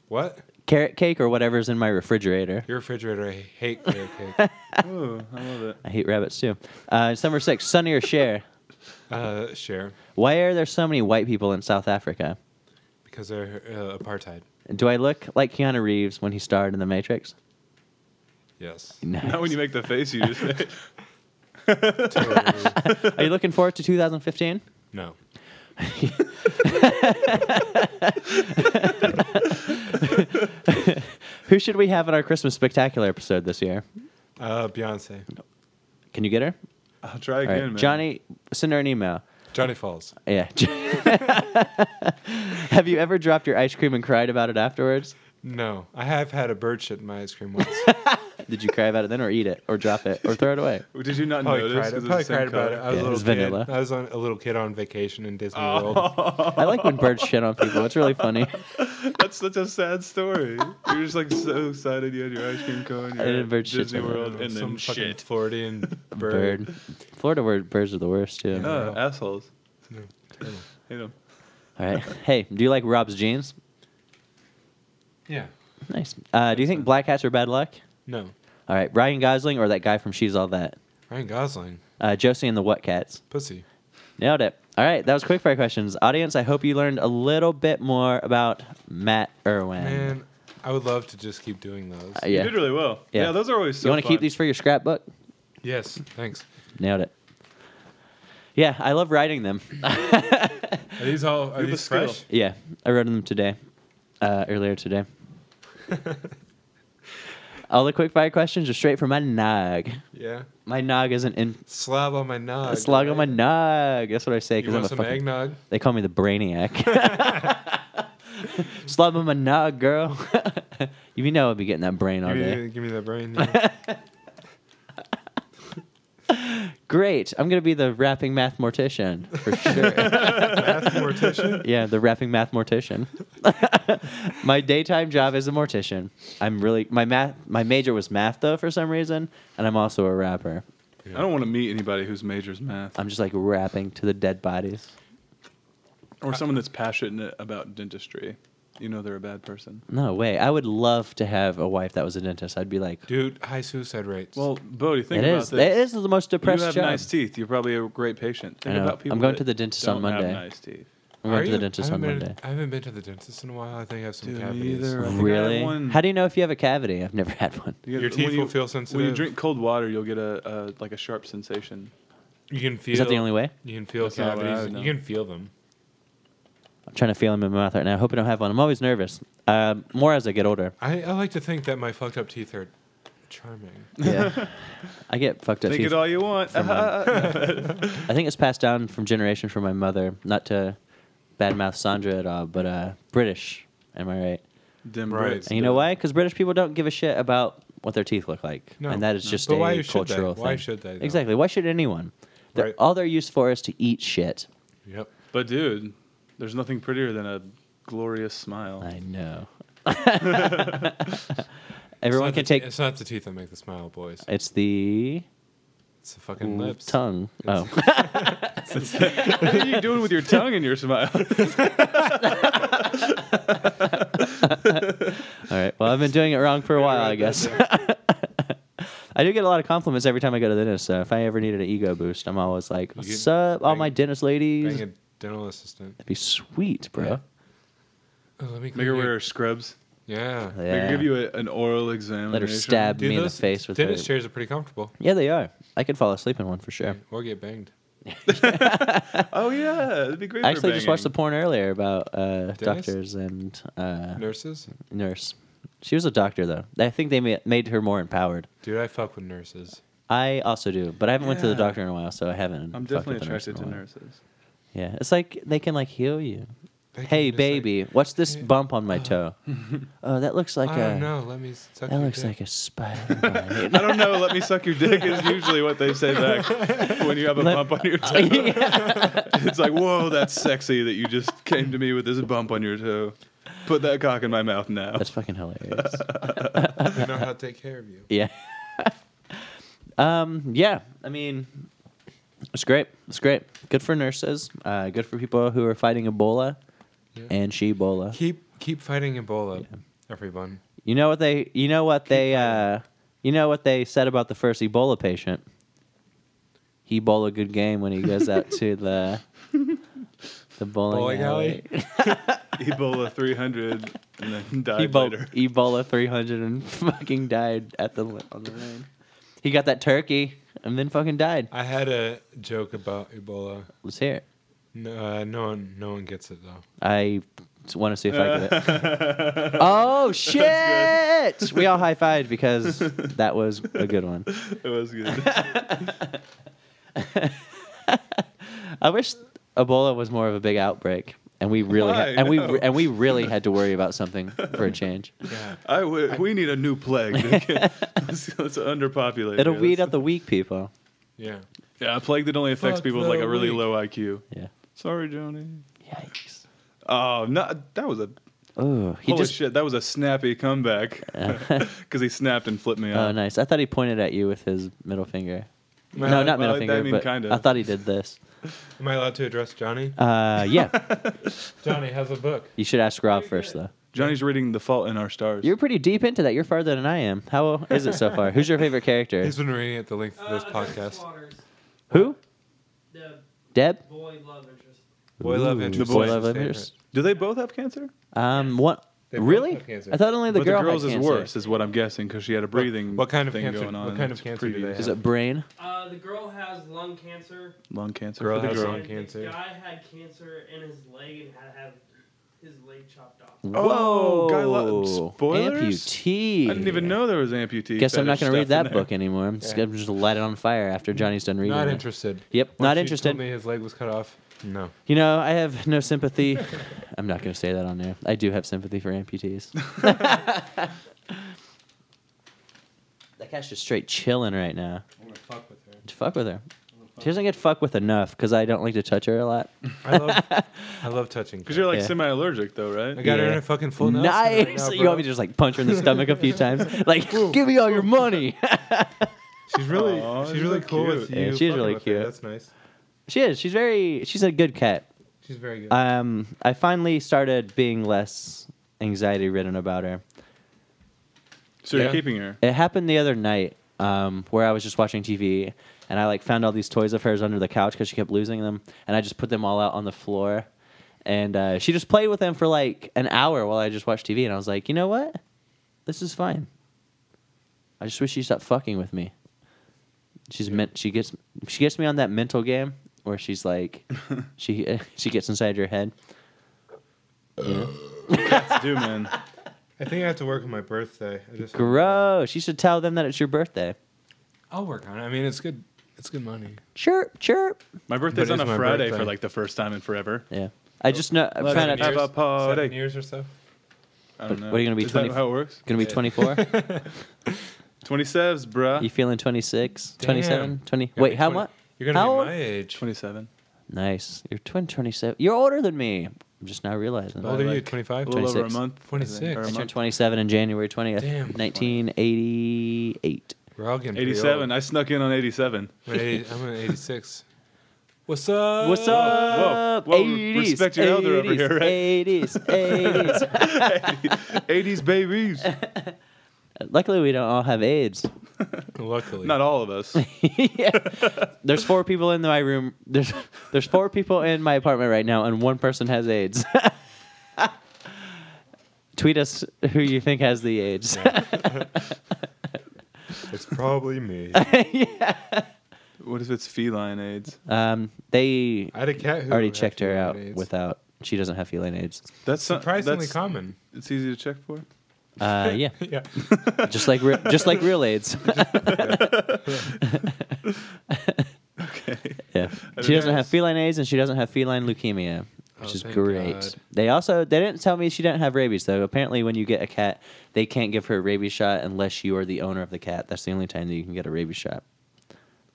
what?
Carrot cake or whatever's in my refrigerator.
Your refrigerator. I
(laughs)
hate carrot cake.
Ooh, I love it.
I hate rabbits too. Uh, number six, Sonny or Cher.
Uh, share
Why are there so many white people in South Africa?
because they're uh, apartheid.
Do I look like Keanu Reeves when he starred in The Matrix?
Yes.
Mm-hmm.
Not when you make the face you just made.
Totally.
Are you looking forward to 2015?
no.
(laughs) Who should we have in our Christmas spectacular episode this year?
Uh, Beyonce.
Can you get her?
I'll try
All
again,
right,
man.
Johnny, send her an email.
Johnny Falls.
Yeah. (laughs) have you ever dropped your ice cream and cried about it afterwards?
No. I have had a bird shit in my ice cream once.
(laughs) Did you cry about it then, or eat it, or drop it, or throw it away?
Did you not
probably
notice? 'Cause
cried,
it's the
probably
same
cried about it.
color?
Yeah,
I was a
it
little
was
kid.
vanilla.
I was on a little kid on vacation in Disney
Oh,
World.
I like when birds shit on people. It's really funny.
That's such a sad story. You're just like so excited you had your ice cream cone, you're
I did
at
bird shit
Disney
on it.
World, (laughs) and
Some
then
fucking
shit. (laughs)
Floridian bird.
Bird. Florida word birds are the worst too.
Oh, assholes.
No.
Hate 'em.
All right. Hey, do you like Rob's jeans?
Yeah.
Nice. Uh, do you think black hats are bad luck?
No.
All right, Ryan Gosling or that guy from She's All That?
Ryan Gosling.
Uh, Josie and the What Cats.
Pussy.
Nailed it. All right, that was quick fire questions. Audience, I hope you learned a little bit more about Matt Irwin.
Man, I would love to just keep doing those.
Uh,
You
yeah.
did really well. Yeah,
Yeah.
those are always so
you want to keep
fun.
these for your scrapbook?
Yes. Thanks.
Nailed it. Yeah, I love writing them. (laughs)
Are these all are
have a
these
skill.
fresh?
yeah, I wrote them today, uh, earlier today. All the quick fire questions are straight from my nog.
(laughs) Yeah.
My nog isn't in.
Slob on my nog.
Slug on my nog. That's what I say
You
because I'm
want
a
some
fucking
eggnog?
They call me the brainiac. (laughs) Slap him a nog, girl. (laughs) you know I'll be getting that brain all
Give
day.
me, give me that brain. yeah.
(laughs)
(laughs)
Great. I'm going to be the rapping math mortician for sure.
Math
(laughs)
mortician.
yeah, the rapping math mortician. (laughs) my daytime job is a mortician. I'm really my math my major was math though for some reason, and I'm also a rapper.
I don't want to meet anybody whose major's math
I'm just like rapping to the dead bodies.
or someone that's passionate about dentistry. You know they're a bad person.
No way. I would love to have a wife that was a dentist. I'd be like,
Dude, high suicide rates.
Well, Bodie, think
it
about
is.
this.
It is the most
You
depressed
have
job.
nice teeth. You're probably a great patient. Think
know.
about people.
I'm going
that
to the dentist on
don't have
Monday.
nice teeth.
I'm
Are
going to the
you?
dentist
I
on
haven't been-
Monday.
I haven't been to the dentist in a while. I think I have some
Dude, me
cavities.
either. I think I had
Really?
one-
How do you know if you have a cavity? I've never (laughs) had one.
You get-
Your teeth
when
will
you-
feel
When you
sensitive.
drink cold water, you'll get a, a like a sharp sensation.
You can feel.
Is that the only way?
You can feel
That's not what I
cavities.
would know.
You can feel them.
I'm trying to feel them in my mouth right now. I hope I don't have one. I'm always nervous. Uh, more as I get
(laughs)
older.
I, I like to think that my fucked up teeth are charming.
Yeah. I get fucked up.
Think it
teeth.
all you want. Ah,
from I think it's passed down from generation from my mother. Not to badmouth Sandra at all, but uh, British. Am I right?
Dim
Right.
Brits.
And you know why? Because British people don't give a shit about what their teeth look like,
No,
and that is
no.
just
But
a
why should they?
cultural thing.
Why should they, though?
Exactly. Why should anyone? They're-
Right.
All they're used for is to eat shit.
Yep.
But dude, there's nothing prettier than a glorious smile.
I
(laughs)
know.
It's
Everyone
not
can
the
take.
Te- it's not the teeth that make the smile, boys.
It's the
It's the fucking lips.
tongue.
(laughs)
Oh,
(laughs)
(laughs)
what are you doing with your tongue in your
(laughs)
smile?
all right. Well, I've been doing it wrong for a while, I guess. (laughs) I do get a lot of compliments every time I go to the dentist. So if I ever needed an ego boost, I'm always like,
You
"What's up, all
bang-
my dentist ladies?"
Being a
That'd
dental assistant.
be sweet, bro.
Oh, let me
Make her wear scrubs.
Yeah.
Yeah.
Make her give you a, an oral examination.
Let her stab me in the
those
face with her.
dentist chairs are pretty comfortable.
Yeah, they are. I could fall asleep in one for sure.
Or get banged.
Oh yeah, it'd be great.
I actually just watched the porn earlier about uh,
Dentist?
doctors and uh,
Nurses,
nurse. She was a doctor though. I think they ma- made her more empowered.
dude, I fuck with nurses.
I also do, but I haven't went to the
Yeah.
doctor in a while, so I haven't.
I'm
fucked with
definitely
a nurse
attracted
in
to
a while.
nurses.
Yeah, it's like they can like heal you.
They can
hey,
just, like,
baby, what's this
"Hey,
bump on my toe? oh, that looks like
I
a.
don't know. Let me suck
That
your
looks
dick.
like a spider.
(laughs)
bite."
I don't know. Let me suck your dick is usually what they say
(laughs)
back when you have a
Let- Oh,
bump on your
(laughs)
toe. It's like, whoa, that's sexy that you just came to me with this bump on your toe. Put that cock in my mouth now.
That's fucking hilarious. (laughs)
They know how to take care of you.
Yeah. (laughs) um, yeah. I mean, it's great. It's great. Good for nurses. Uh, good for people who are fighting Ebola
Yeah.
and she Ebola.
Keep keep fighting Ebola, everyone.
You know what they? You know what they? Uh, you know what they said about the first Ebola patient? He bowl a good game when he goes out to the the bowling,
Bowling
alley.
alley?
(laughs)
Ebola 300 and then
He
died
bo-
later.
Ebola three hundred and fucking died at the on the lane. He got that turkey and then fucking died.
I had a joke about Ebola.
Let's hear it.
No, uh, no one no one gets it though.
I want to see if
(laughs)
I get it. oh shit! We all high fived because that was a good one.
It was good.
I wish Ebola was more of a big outbreak, and we really
Why?
had and we
No.
and we really had to worry about something for a change.
Yeah.
I
(laughs)
w- we need a new plague. let's, let's underpopulate.
It'll
here.
weed
Let's-
out the weak people.
Yeah.
Yeah, a plague that only affects
Fuck
people with like
the
a really
weak.
low IQ.
Yeah.
Sorry, Johnny.
Yikes.
Oh, no, that was a
Oh, he
holy
just.
shit. That was a snappy comeback (laughs) because he snapped and flipped me
Oh,
off.
nice. I thought he pointed at you with his middle finger. No,
Well,
not middle
well, I
finger,
mean,
but
kinda.
I thought he did this.
Am I allowed to address Johnny?
Uh, yeah,
Johnny, how's the book?
you should ask Rob first, though.
Johnny's reading "The Fault in Our Stars."
You're pretty deep into that. You're farther than I am. How is it so far? Who's your favorite character?
He's been reading it the length of
Uh,
this
Augustus
podcast.
Waters,
Who?
the
Deb?
boy love interest.
Boy love
Ooh,
interest.
boy
is his
love
favorite.
interest.
Do they both have cancer?
Um, what?
They both
Really?
have cancer.
I thought only the
but
girl
the girls
had
is
cancer.
worse, is what I'm guessing, because she had a breathing.
what kind of
thing
cancer-
going
what
on
kind of
to
cancer do they
previous-
Is it brain?
Uh, the girl has lung cancer.
lung cancer?
Girl
for the
has
girl.
lung- cancer.
The guy had cancer in his leg and had to have his leg chopped off.
Oh, guy lo-
Whoa.
spoilers?
Amputee.
I didn't even know there was amputee.
Guess I'm not
fetish
going to read
stuff in
that book anymore. I'm just
Yeah.
going to just light it on fire
Mm.
after Johnny's done reading.
Not
it.
interested.
Yep,
Once
not
you
interested.
Told me his leg was cut off. No.
You know, I have no sympathy. (laughs) I'm not going to say that on there. I do have sympathy
(laughs)
for amputees. that cat's just straight chilling right now.
I'm gonna fuck with her.
Fuck with her. She doesn't get fuck with enough because I don't like to touch her a lot. (laughs)
I love, I love touching.
Because you're like
Yeah.
semi-allergic though, right?
I got her in
Yeah.
a fucking full Nelson
nice.
right now,
(laughs) you want me
bro.
to just like punch her in the stomach a few times?
(laughs)
Like, (laughs) give me all your money. (laughs)
She's really,
Aw,
she's
she's
really
so
cool with
cute.
you.
Yeah, she's
fucking
really
with her.
cute.
That's nice.
she is. She's very. She's a good cat.
She's very good.
Um, I finally started being less anxiety ridden about her.
So you're
Yeah.
keeping her.
It happened the other night um, where I was just watching TV and I like found all these toys of hers under the couch because she kept losing them, and I just put them all out on the floor, and uh, she just played with them for like an hour while I just watched TV, and I was like, you know what, this is fine. I just wish she stopped fucking with me. She's meant she gets she gets me on that mental game where she's like she (laughs) she gets inside your head.
Let's do, man.
I think I have to work on my birthday. I just
Gross. You should tell them that it's your birthday.
I'll work on it. I mean, it's good. It's good money.
Chirp, chirp.
My birthday's
But
on
it's
a
my
Friday
birthday.
for like the first time in forever.
Yeah. I just know I'm
Eleven
trying to
years. Have a party.
Seven years or so.
I
But
don't know.
what are you gonna be,
Is
20
that how it works?
gonna be
Yeah. (laughs)
24.
27s,
you
bruh.
feeling 26, 27,
Damn.
20?
You're gonna
Wait,
be
how
20
much?
You're gonna
How old?
be my age.
27.
Nice. You're twin 27. You're older than me. I'm just now realizing.
How old are you?
like,
Twenty five.
A little over a
26.
month.
26.
Or a
I turned
month.
27 in January 20th,
Damn.
1988.
We're all getting pretty
87.
old.
I snuck in on 87.
(laughs)
(laughs)
I'm, an 80 I'm an eighty six. What's up?
What's up?
whoa,
80s,
respect your elder over
80s,
here, right?
80s, 80s.
(laughs)
80s babies.
Luckily, we don't all have AIDS.
Luckily,
Not all of
(laughs)
us.
yeah. There's four people in my room. There's there's four people in my apartment right now, and one person has AIDS. (laughs) Tweet us who you think has the AIDS.
it's probably
(laughs)
me.
What if it's feline AIDS?
um, they
I had a cat who
already
had
checked her
feline
out
AIDS.
without. She doesn't have feline AIDS.
That's some-
surprisingly
that's-
common. (laughs)
It's easy to check for.
Uh, yeah,
(laughs)
Yeah.
just like re- just like real
(laughs)
AIDS.
Okay. I
Yeah. She
don't
doesn't
know.
have feline AIDS and she doesn't have feline leukemia, which
Oh,
is
thank
great.
God.
They also they didn't tell me she didn't have rabies though. Apparently when you get a cat, they can't give her a rabies shot unless you are the owner of the cat. That's the only time that you can get a rabies shot.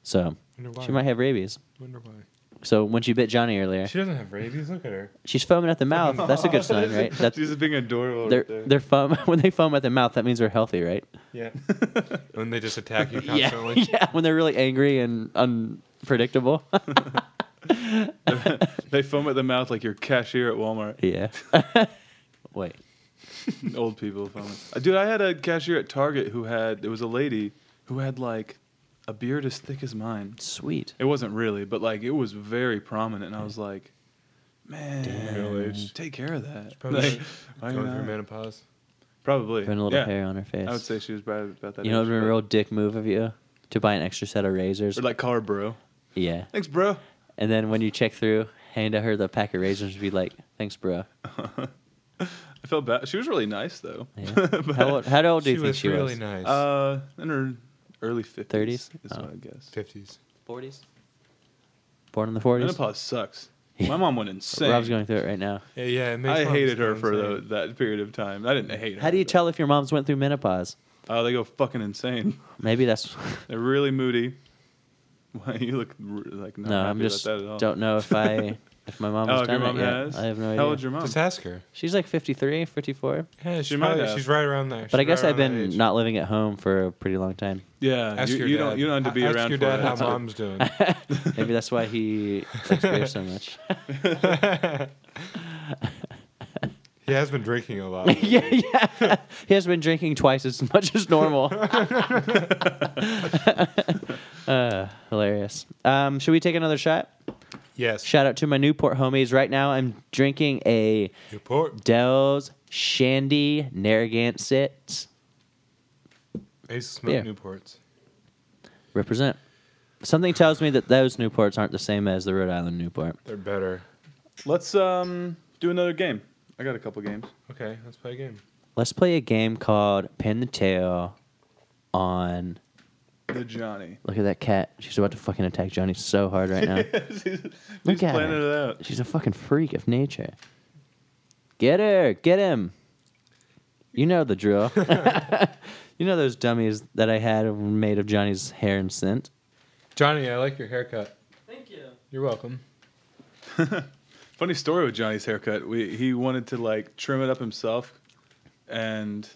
So
Wonder why.
she might have rabies.
Wonder why.
So when she bit Johnny earlier,
She doesn't have rabies. Look at her.
she's foaming at the mouth. That's
(laughs)
a good sign, right? That's
She's being adorable
they're
right there.
they're foam (laughs) when they foam at the mouth, that means they're healthy, right?
(laughs)
Yeah. when they just attack you
(laughs) Yeah.
constantly.
yeah. When they're really angry and unpredictable. (laughs)
(laughs) they foam at the mouth like your cashier at Walmart.
yeah. (laughs) Wait.
Old people foam. at- Uh, Dude, I had a cashier at Target who had, it was a lady who had like a beard as thick as mine.
Sweet.
It wasn't really, but like it was very prominent, and I was like, man, take care of that.
probably (laughs)
Like, why
Going
not?
through menopause.
Probably.
Putting a little
yeah.
hair on her face.
I would say she was right about that.
You know,
age,
it'd been a
but-
real dick move of you to buy an extra set of razors.
Or like call her bro.
yeah,
Thanks, bro.
and then when you check through, hand to her the pack of razors and be like, "Thanks, bro."
(laughs) I felt bad. She was really nice though. (laughs)
Yeah.
But,
how old, how old do
She
you think
was
she
really
was?
nice.
Uh, in her early fifties.
30s?
is
Oh.
what I guess.
Fifties.
Forties. Born in the forties.
Menopause sucks. My mom went insane.
Rob's going through it right now.
Yeah, yeah. It makes
I
moms
hated her
go
for
insane.
the, that period of time. I didn't hate her.
How do you
but-
tell if your mom's went through menopause?
Oh, they go fucking insane. (laughs)
Maybe that's
They're really moody. (laughs) Why you look r- like not
no.
happy
I'm just
about that at all.
don't know
(laughs)
if I if my mom
Oh,
has
if
done
your mom
it yet.
has.
I have no
How
idea.
old's your mom?
Just ask her.
She's like 53, 54.
Yeah,
She
she
might
might.
have.
she's right around there.
But I
She's
guess
right
I've
around that
been
age.
not living at home for a pretty long time. (laughs)
Yeah,
Ask
you,
your
you
dad.
don't. You don't have to be
ask
around
your
for
dad
(laughs)
how
that.
mom's doing.
Maybe that's why he likes beer so much.
he has been drinking
(laughs)
a lot.
(laughs) yeah, yeah. he has been drinking twice as much as (laughs) normal. uh, hilarious. Um, should we take another shot?
Yes.
Shout out to my Newport homies. Right now, I'm drinking a
Newport.
Dell's Shandy Narragansett.
I used to smoke
Beer.
Newports.
Represent. Something tells me that those Newports aren't the same as the Rhode Island Newport.
They're better.
Let's um do another game. I got a couple games.
Okay, let's play a game.
Let's play a game called Pin the Tail on.
The (laughs) Johnny.
Look at that cat. She's about to fucking attack Johnny so hard
(laughs)
right now.
he's he's
Look at
planning
her.
it out.
She's a fucking freak of nature. Get her, get him. You know
(laughs)
the drill. (laughs) you know those dummies that I had were made of Johnny's hair and scent.
Johnny, I like your haircut.
Thank you.
You're welcome.
Funny story with Johnny's haircut. We he wanted to like trim it up himself, and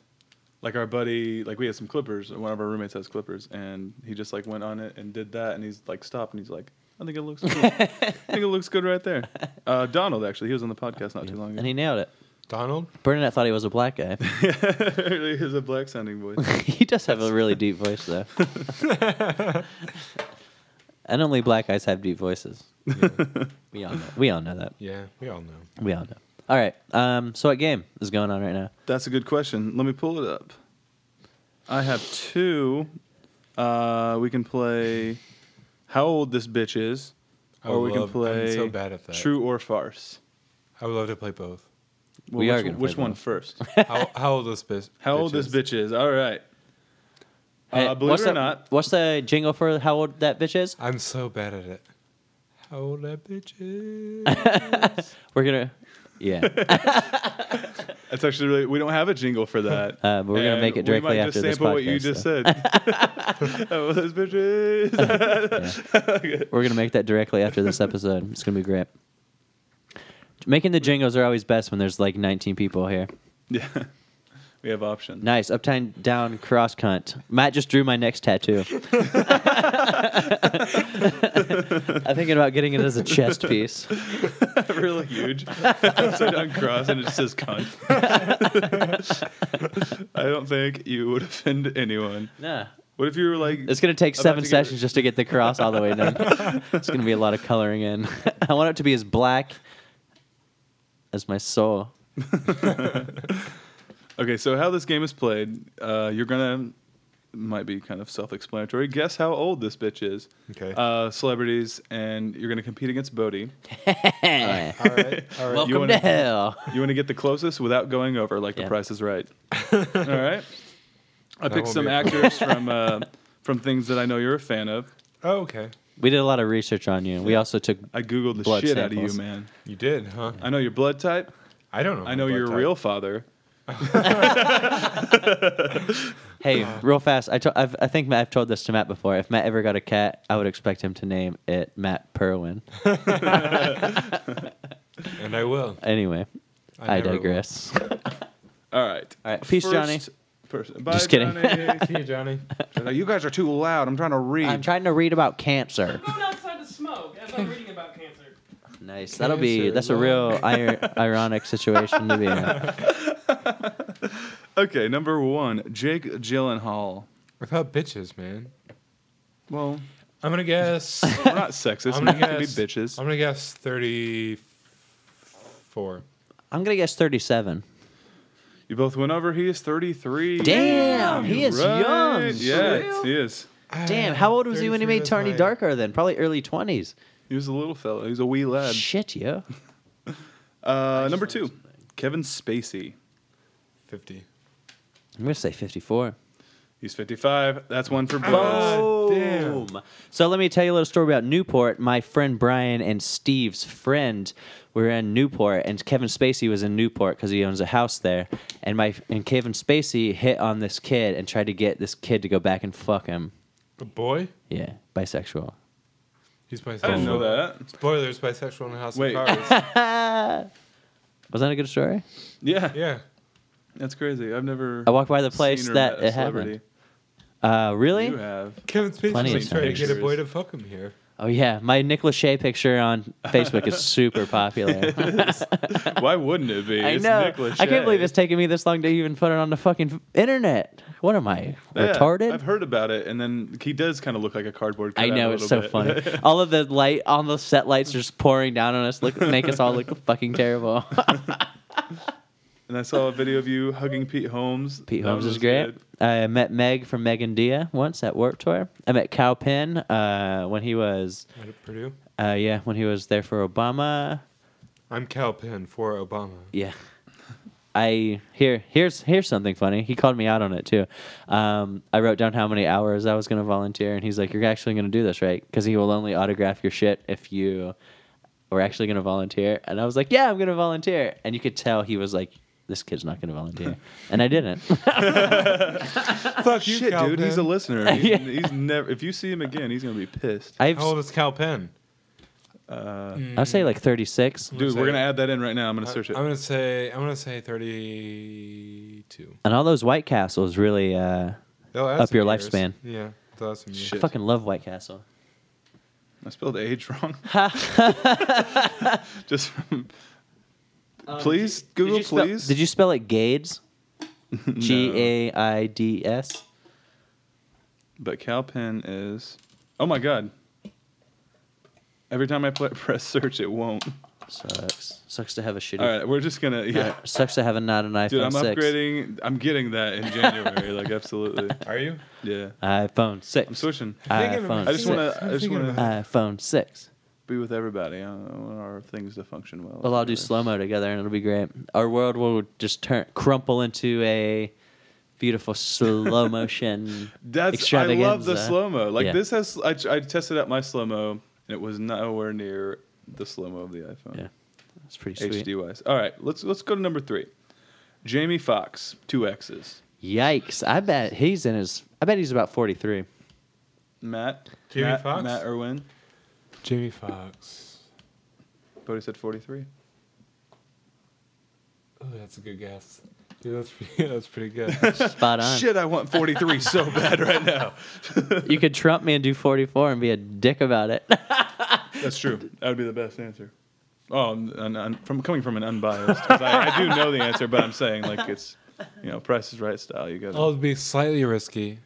like our buddy, like we had some clippers. One of our roommates has clippers, and he just like went on it and did that, and he's like stopped, and he's like, I think it looks, good. I think it looks good right
(laughs)
there. Uh, Donald actually, he was on the podcast not too long
And
ago.
he nailed it.
Donald?
Bernadette thought he was a
(laughs)
black guy. (laughs)
he has a black sounding voice.
he does have a really deep voice,
(laughs)
though. and only black guys have deep
(laughs)
voices. We all know. We all know that.
Yeah, we all know.
We all know. All right. Um, so what game is going on right now?
That's a good question. Let me pull it up. I have two. Uh, we can play how old this bitch is,
I
or we can
love-
play
I'm so bad at that.
true or farce.
I would love to play both.
Well,
We
which
are gonna
which
play
one
both. (laughs)
first?
How, how old this bitch?
How old this
is?
bitch is? All right. Uh, believe
what's
it or
that,
not,
what's the jingle for how old that bitch is?
I'm so bad at it. How old that bitch is?
We're gonna, yeah.
That's actually really. We don't have a jingle for that.
(laughs) Uh, but we're gonna
And
make it
we
directly
might
after
just
this
sample what you
podcast,
just said. (laughs) Oh, those (laughs)
(laughs)
bitches.
We're gonna make that directly after this episode. It's gonna be great. Making the jingles are always best when there's like 19 people here.
yeah, we have options.
Nice uptown down cross cunt. Matt just drew my
(laughs)
next tattoo. (laughs) I'm thinking about getting it as a chest piece.
(laughs) really
(laughs)
huge. Upside down cross, and it just says cunt. I don't think you would offend anyone.
Nah.
What if you were like?
It's gonna take
About
seven
to get-
sessions just to get the cross all the way done.
(laughs)
it's gonna be a lot of coloring in. (laughs) I want it to be as black as my soul.
okay, so how this game is played, uh, you're gonna might be kind of self-explanatory. Guess how old this bitch is.
Okay.
Uh, celebrities, and you're gonna compete against Bodhi. (laughs)
all right. All right.
Welcome
you wanna-
to hell.
You want to get the closest without going over, like
Yeah.
The Price is
(laughs)
Right. All right. I
That
picked
won't
some
be a
actors from
(laughs)
uh, from things that I know you're a fan of.
Oh, okay.
We did a lot of research on you. We also took
I googled the
Blood
shit out of
samples.
you, man.
You did, huh?
I know your blood type.
I don't know.
I know
my
your
blood
real
type.
father.
Hey, real fast. I to, I've, I think Matt, I've told this to Matt before. If Matt ever got a cat, I would expect him to name it Matt Perwin.
And I
(laughs)
will.
Anyway, I,
never will.
digress.
All right.
All right. Peace, Johnny.
Person. Bye,
Just kidding. (laughs)
Johnny.
See you, Johnny.
Like, you guys are too loud. I'm trying to read.
I'm trying to read about cancer.
I'm going outside to smoke as I'm reading about cancer.
Nice. That'll be. That's a real ir- ironic situation to be
(laughs)
in.
okay, number one, Jake Gyllenhaal.
Without bitches, man.
Well,
I'm gonna
(laughs)
guess.
we're not sexist.
I'm
we
gonna
can be
guess.
bitches.
I'm gonna guess thirty-four.
I'm gonna guess 37.
You both went over. He is 33.
Damn, he is
Right.
young.
Yeah, he is.
Damn, how old was he when he
33
made
was
Tony
my-
Darko? Then probably early 20s.
He was a little fellow. He was a wee lad.
Shit, yo.
Uh, number two, Kevin Spacey.
Fifty.
I'm gonna say 54.
He's 55. That's one for both.
damn.
Boom. So let me tell you a little story about Newport. My friend Brian and Steve's friend were in Newport, and Kevin Spacey was in Newport because he owns a house there. And my and Kevin Spacey hit on this kid and tried to get this kid to go back and fuck him.
A boy.
Yeah, bisexual.
He's bisexual.
I didn't know that.
Spoilers: bisexual in the House
Wait.
of
(laughs)
Cards.
Was that a good story?
Yeah,
yeah.
that's crazy. I've never.
I walked by the
seen
place
or
that
met a
it
celebrity.
happened. Uh, really?
You have.
(laughs)
Kevin
Plenty
Spacey
of
was trying to get a
pictures.
boy to fuck him here.
Oh yeah, my Nick Lachey picture on Facebook is
(laughs)
super popular.
Why wouldn't it be?
I
It's
know.
Nick
I can't believe
Lachey.
it's taking me this long to even put it on the fucking internet. What am I
Yeah,
retarded?
I've heard about it, and then he does kind of look like a cardboard.
I
cutout
know
a
it's so
little
funny.
bit.
all of the light on the set lights are just pouring down on us, look, make us all look
(laughs)
fucking terrible.
(laughs) and I saw a video of you hugging Pete Holmes.
Pete
That
Holmes
was
is great.
good.
I met Meg from Meg and Dia once at Warp Tour. I met Cal Penn uh, when he was,
Out of Purdue.
uh, yeah, when he was there for Obama.
I'm Cal Penn for Obama.
Yeah. I here here's here's something funny. He called me out on it too. Um, I wrote down how many hours I was going to volunteer, and he's like, "You're actually going to do this, right? Because he will only autograph your shit if you were actually going to volunteer." And I was like, "Yeah, I'm going to volunteer." And you could tell he was like, "This kid's not going to
(laughs)
volunteer," and I didn't.
Fuck you,
Shit,
Cal
dude, he's a
Penn.
(laughs)
listener. He's,
Yeah.
he's never. If you see him again, he's gonna be pissed.
I've
How old is Cal Penn?
Uh,
I'd say like 36,
dude,
say-
we're gonna add that in right now. I'm gonna
I-
search it.
I'm gonna say I'm gonna say 32.
and all those White Castles really. Uh,
They'll add
Up
some
your
years.
lifespan.
Yeah, they'll add some years.
I
Shit.
fucking love White Castle.
I spelled age wrong.
(laughs)
(laughs) Just from. please Google,
Um, did you spell,
please.
Did you spell it Gades? G A I D S.
But Calpen (laughs) is. Oh my god. Every time I pl- press search, it won't.
Sucks. Sucks to have a shitty.
All right, we're just gonna yeah.
Uh, sucks to have a not an iPhone
Dude, I'm
6.
upgrading. I'm getting that in January.
(laughs)
like absolutely.
Are you?
Yeah.
iPhone 6.
I'm switching.
Uh,
I think I'm-
iPhone
I just want
six.
to. I just
Thinking
want
about-
to
iPhone 6.
be with everybody. I want our things to function well.
We'll all do
together.
slow mo together and it'll be great. Our world will just turn crumple into a
(laughs)
beautiful slow motion.
That's I love the
extravaganza.
slow mo. Like
Yeah.
this has I, I tested out my slow mo and it was nowhere near the slow mo of the iPhone.
Yeah. That's pretty sweet.
HD wise. All right, let's let's go to number three. Jamie Fox, two X's.
Yikes. I bet he's in his I bet he's about 43.
Matt,
Jamie
Matt,
Foxx?
Matt Irwin.
Jamie Fox.
Bodhi said forty-three.
Oh, that's a good guess. Dude, that's pretty, (laughs) that's pretty good.
Spot on.
Shit, I want forty-three
(laughs)
so bad right now.
You could trump me and do 44 and be a dick about it. (laughs)
That's true. That would be the best answer. Oh, an, an, an- from coming from an unbiased, 'cause I, I do know the answer, but I'm saying like it's, you know, Price is Right style. You got
I'll be slightly risky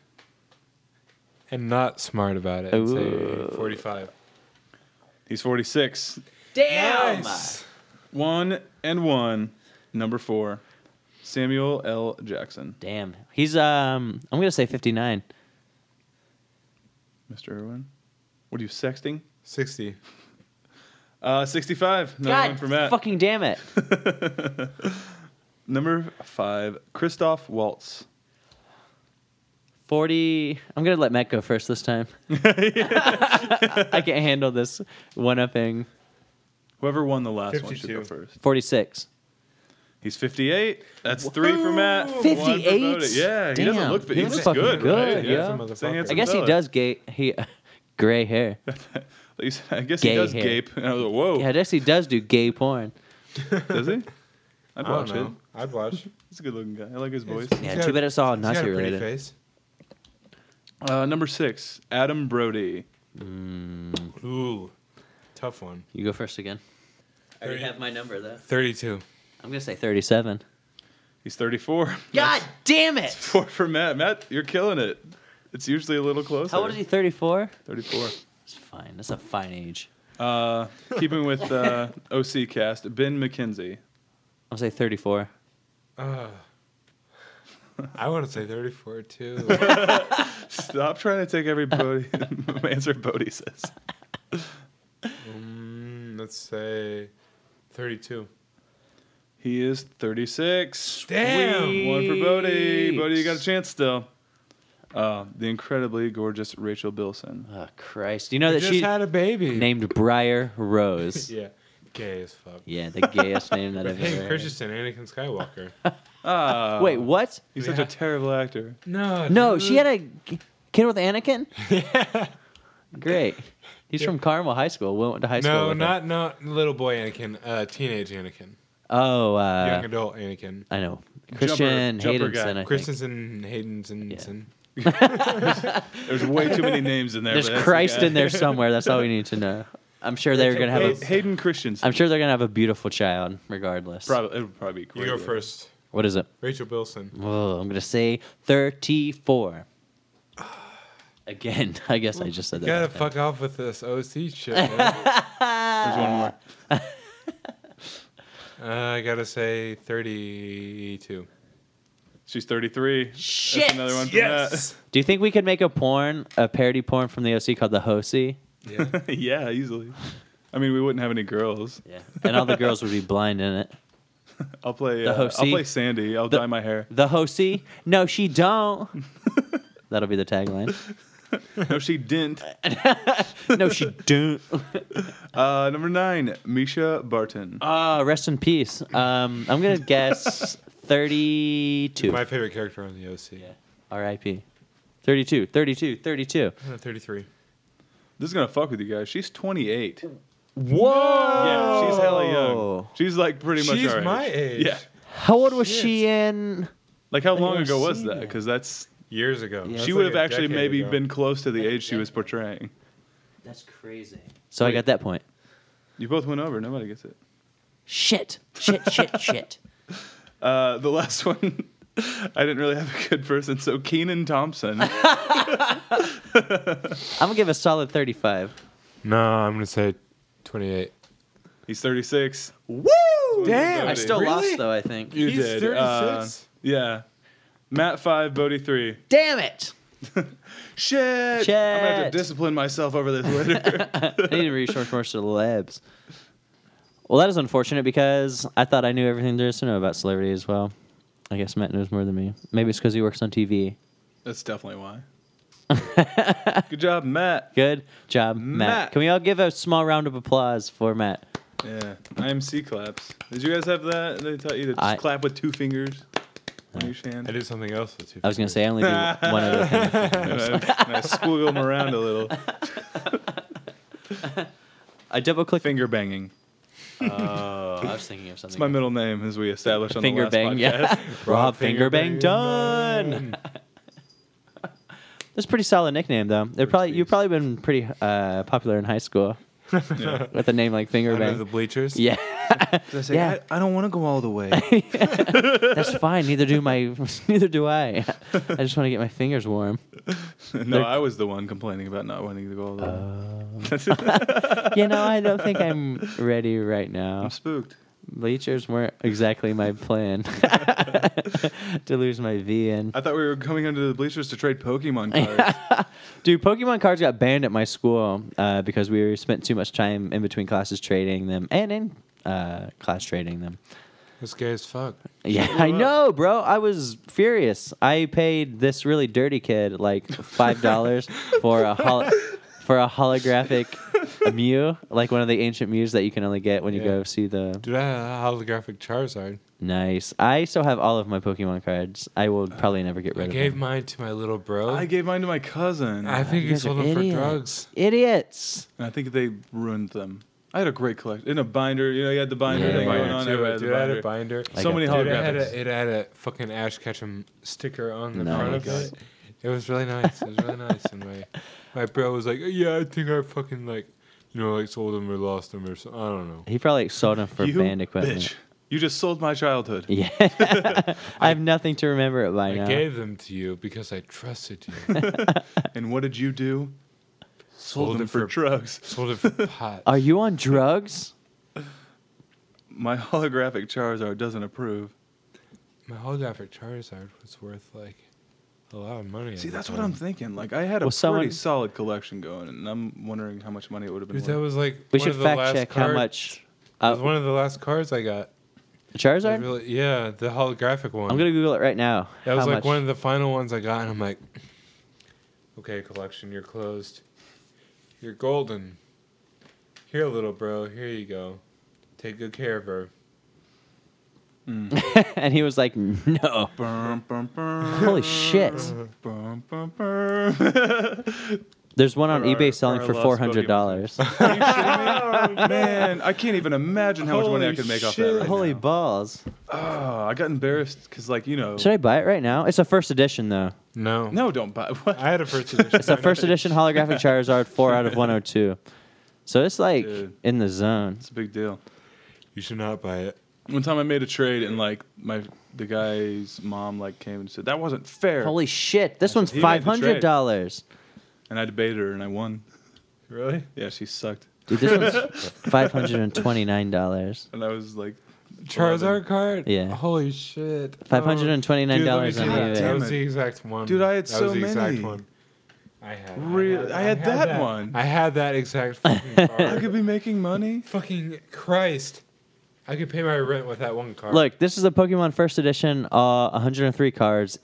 and not smart about it. and
Ooh.
Say 45.
He's forty-six.
Damn.
One and one. Number four, Samuel L. Jackson.
Damn. He's um I'm going to say 59.
Mr. Irwin, what are you sexting?
60.
Uh, sixty-five. Number one
God
for Matt.
fucking damn it.
Number five, Christoph Waltz.
40 i'm gonna let matt go first this
(laughs)
time i can't handle this one upping
Whoever won the last one should go
52.
first.
46
He's 58. That's three for Matt. one for
58?
Bodhi. Yeah, he doesn't
Damn.
look. He,
He
looks
looks fucking
good.
good,
right?
yeah.
Yeah.
He's a
Say
motherfucker.
handsome
i guess he
fella.
does gay he (laughs) gray hair
Oh.
He's- I guess
Gay
he does
hair.
gape. And I was like, whoa.
yeah i guess he does do gay porn
does he? I'd
I don't
watch it.
know. I'd watch.
He's a good looking guy. I like his voice.
yeah
got
too
a-
bad it's all
He's got
nazi
a pretty
related
face.
Uh, number six, Adam Brody.
Ooh. Tough one.
you go first again i already
Thirty-
have my number though
32.
i'm gonna say 37
He's 34.
god damn it
Four for Matt. Matt, you're killing it. It's usually a little closer.
how old is he 34
34.
it's fine that's a fine age
Uh, keeping with uh, OC cast, Ben McKenzie.
i'll say 34
Uh, I want to say 34 too.
Stop trying to take every Bodhi (laughs) answer Bodhi says.
mm, let's say 32.
He is 36.
Damn.
One for Bodhi.
Sweet.
Bodhi, you got a chance still. Uh, the incredibly gorgeous Rachel Bilson.
oh christ you know
I
that
just
she
had a baby.
named briar rose
(laughs) yeah. Gay as fuck.
yeah the gayest name
(laughs)
that i've ever
Hayden
heard
Christensen, Anakin Skywalker.
Ah,
wait what
He's such a terrible actor.
no.
No,
dude.
she had a
Mm.
g- kid
(laughs)
with Anakin. Great. He's from Carmel High School. We went to high school.
No,
with him.
not not little boy Anakin, uh, teenage Anakin,
Oh,
young
uh,
adult Anakin.
I know. Christian
jumper guy.
Haydenson. I think.
Christensen, Hayden's, and
There's way too many names in there.
There's
but that's the
Christ
guy.
in there somewhere. That's all we need to know. I'm sure they're gonna have.
Hay-
A,
Hayden Christensen.
I'm sure they're gonna have a beautiful child, regardless.
Probably, it would probably be
You
great.
go first.
What is it?
Rachel Bilson.
Oh, I'm gonna say
(sighs)
34. Again, I guess I just said that.
Gotta
back then.
fuck off with this OC
(laughs)
shit. man.
There's one more.
uh, I gotta say thirty-two.
She's 33.
Shit.
That's another one for
Do you think we could make a porn, a parody porn from the OC called the Hosi?
Yeah.
Matt. (laughs) yeah, easily. I mean, we wouldn't have any girls.
Yeah. And all the girls would be blind in it.
I'll play.
The
Uh, I'll
Hosi.
play Sandy. I'll
The-
dye my hair.
The Hosi? No, she (laughs) don't. That'll be the tagline.
No, she
(laughs)
didn't.
no, she don't.
Uh, number nine, Misha Barton.
Ah, rest in peace. Um, I'm gonna guess 32.
My favorite character on the OC.
R.I.P. 32, 32, 32.
Uh, Thirty-three.
This is gonna fuck with you guys. She's 28.
Whoa!
Yeah, she's hella
Oh.
young. She's like pretty much
She's
our
my age.
Yeah.
How old was
Shit.
she in?
Like how long
never
ago was
seen
that?
that.
Because that's
Years ago.
Yeah.
That's
she
like
would have
a
actually
decade
maybe
ago.
been close to the age she was portraying.
That's crazy. So I got that point.
You both went over. Nobody gets it.
Shit, shit, shit, shit.
Uh, the last (laughs) one, I didn't really have a good person. So Keenan Thompson.
(laughs) (laughs) I'm gonna give a solid 35.
No, I'm gonna say twenty-eight.
He's 36.
Woo!
Damn!
I still
Really?
lost though. I think.
You
He's
did. uh,
36?
yeah. Matt five, Bodie three.
Damn it!
(laughs) Shit. I'm gonna have to
Shit.
discipline myself over this
(laughs)
later.
I need to research more celebs. Well, that is unfortunate because I thought I knew everything there is to know about celebrity as well. I guess Matt knows more than me. Maybe it's because he works on TV.
(laughs) That's definitely why. Good job, Matt.
(laughs) Good job, Matt.
Matt.
Can we all give a small round of applause for Matt?
Yeah. IMC claps. Did you guys have that? They taught you to just
I-
clap with two fingers on each hand.
I do something else with you.
I was gonna say I only do one
(laughs)
other thing. (laughs)
and I, and I squiggle them around a little.
I double click.
Finger banging. Uh, (laughs)
Oh, I was thinking of something.
It's my middle name, as we established on
finger
the last podcast.
bang, yeah. (laughs) Rob finger bang done. That's a pretty solid nickname though. They're probably you've probably been pretty uh, popular in high school
Yeah.
(laughs) with a name like finger
Under the
bang. (laughs)
bleachers.
Yeah,
I say,
Yeah.
I, I don't want to go all the
(laughs)
way.
that's fine. Neither do my (laughs) neither do I. I just want to get my fingers warm.
no, I was the one complaining about not wanting to go all the way.
You know, I don't think I'm ready right now.
I'm spooked.
Bleachers weren't exactly my plan (laughs) to lose my V in.
I thought we were coming under the bleachers to trade Pokemon cards.
Dude, Pokemon cards got banned at my school uh, because we spent too much time in between classes trading them and in uh, class trading them.
This gay as fuck.
Yeah, I know, bro. I was furious. I paid this really dirty kid like five
(laughs)
dollars for a hol- for a holographic Mew, like one of the ancient Mews that you can only get when you
Yeah.
go see the
Dude, I had a holographic Charizard.
Nice. I still have all of my Pokemon cards. I will probably never get
I
rid of
gave
them.
mine to my little bro.
I
I,
gave mine to my cousin. I,
think he
guys
sold
are
them for
idiots.
drugs.
Idiots.
I think they ruined them. I had a great collection. In a binder, you know, you had the binder
Yeah.
thing
Binder
going on.
Dude,
everybody had the
dude, I had a
binder.
binder.
I
So
got
many
that.
Dude,
holographics.
it had a, it had a fucking Ash Ketchum sticker on the front of
Nice.
it. It was really nice. It was really nice.
(laughs)
And my my bro was like, "Yeah, I think I fucking like, you know, like sold them or lost them or something. I don't know."
He probably sold them for
you
band equipment.
bitch. You just sold my childhood.
Yeah. (laughs) I have nothing to remember it by
I
now.
gave them to you because I trusted
(laughs)
you.
And what did you do? Sold,
Sold
them
it
for,
for-
drugs. (laughs)
sold it for pot.
Are you on drugs?
My holographic Charizard doesn't approve.
My holographic Charizard was worth like a lot of money. at
See,
the
that's
time.
what I'm thinking. Like, I had a
Well,
pretty
someone-
solid collection going, and I'm wondering how much money it would have been.
Dude, that
worth.
was like
We
one
should
of the
fact
last
check how
cards-
much.
It
Uh,
was one of the last cards I got. I
Charizard?
really- yeah, the holographic one.
I'm gonna Google it right now.
that was
How
like
much?
one of the final ones I got, and I'm like, okay, collection, you're closed. You're golden. Here, little bro, here you go. Take good care of her.
(laughs) and he was like, "No,
(laughs)
Bum, bum, bum,
holy shit."
bum, bum, bum. (laughs)
There's one on
For our-
eBay
for
selling
our
for
lost
four hundred dollars. (laughs)
Man, I can't even imagine how much money I
Holy
could make off
shit.
that. Right
holy
now.
balls!
Oh, I got embarrassed because, like, you know.
Should I buy it right now? It's a first edition
(laughs)
though.
No.
No, don't buy. (laughs) What?
I had a first edition.
(laughs) It's a first edition holographic Charizard, four
(laughs)
out of one hundred two. So it's like
Dude.
in the zone.
It's a big deal.
You should not buy it.
One time I made a trade and like my the guy's mom like came and said that wasn't fair.
Holy shit! This one's
He made
five
the
hundred
trade.
dollars.
and I debated her and I won.
Really?
Yeah, she sucked.
Dude, this
(laughs)
one's five hundred and twenty-nine dollars.
And I was like,
Charizard card?
Yeah.
Holy shit.
Five hundred and twenty-nine
Dude, let me
dollars
see
on
that.
eBay.
That
Damn
was
it.
the exact one.
Dude, I had
that
so
was the exact
many.
one. I had.
Really? I had that one.
I had that
(laughs)
exact fucking
I
card.
could be making money.
fucking Christ! I could pay my rent with that one card.
Look, this is a Pokemon First Edition, uh, 103 cards,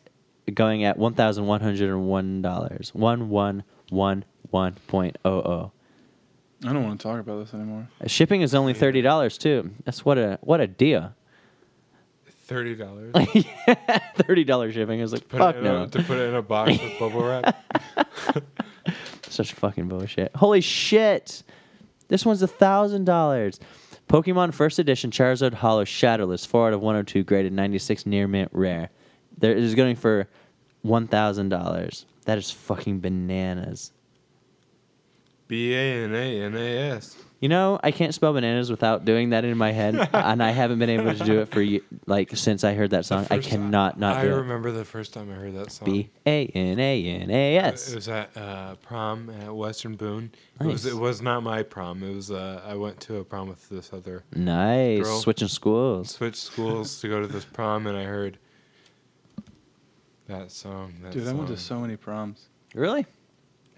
going at one thousand one hundred and one dollars. One one one one point oh oh.
I don't want to talk about this anymore.
Shipping is only thirty dollars too. That's what a what a deal. (laughs)
thirty dollars.
Thirty dollars shipping is like fuck no.
to put it in a box with
(laughs)
bubble wrap.
Such fucking bullshit. Holy shit! This one's a thousand dollars. Pokemon First Edition Charizard Hollow Shadowless, four out of one hundred two, graded ninety six, near mint rare. There it is going for one thousand dollars. That is fucking bananas.
B A N A N A S.
You know, I can't spell bananas without doing that in my
(laughs)
head, and I haven't been able to do it for ye- like since I heard that song. I
First-
cannot not
I
do it.
remember the first time I heard that song.
B A N A N A
It
S.
was at uh, prom at Western Boone. It was
Nice.
it was not my prom. It was uh, I went to a prom with this other
Nice.
Girl.
Switching schools.
switched schools to go to this prom, and I heard that song. That
Dude, I
song.
went to so many proms.
Really?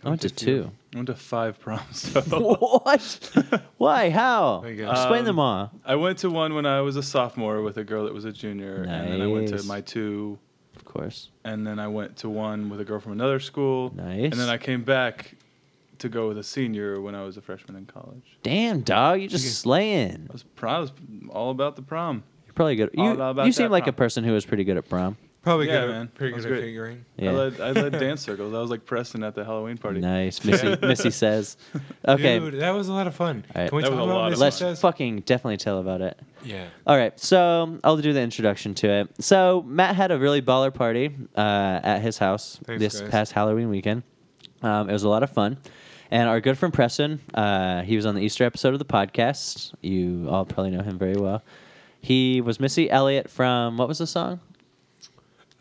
I went to two.
I went to five
(laughs)
proms. (laughs) So.
what? Why? How?
There you go.
Explain
Um,
them all.
I went to one when I was a sophomore with a girl that was a junior, and then I went to
Nice.
my two,
Of course.
and then I went to one with a girl from another school.
Nice.
And then I came back to go with a senior when I was a freshman in college.
Damn, dog, you just slaying.
I was, prom, I was all about the prom.
You're probably good.
All
You,
about
you seem
that
like a
prom.
person who is pretty good at prom.
Probably
Yeah,
good.
man.
At, pretty
That was
good at
great.
figuring.
I
Yeah.
led, I
(laughs)
led dance circles. I was like Preston at the Halloween party.
Nice, Missy. Missy says, "Okay,
Dude, that was a lot of fun.
All right.
Can we
That
talk
was a
about
lot of
Missy
let's
Says?
fucking definitely tell about it."
Yeah.
All right, so I'll do the introduction to it. So Matt had a really baller party uh, at his house
Thanks,
this
guys.
past Halloween weekend. Um, it was a lot of fun, and our good friend Preston, uh, he was on the Easter episode of the podcast. You all probably know him very well. He was Missy Elliott from what was the song?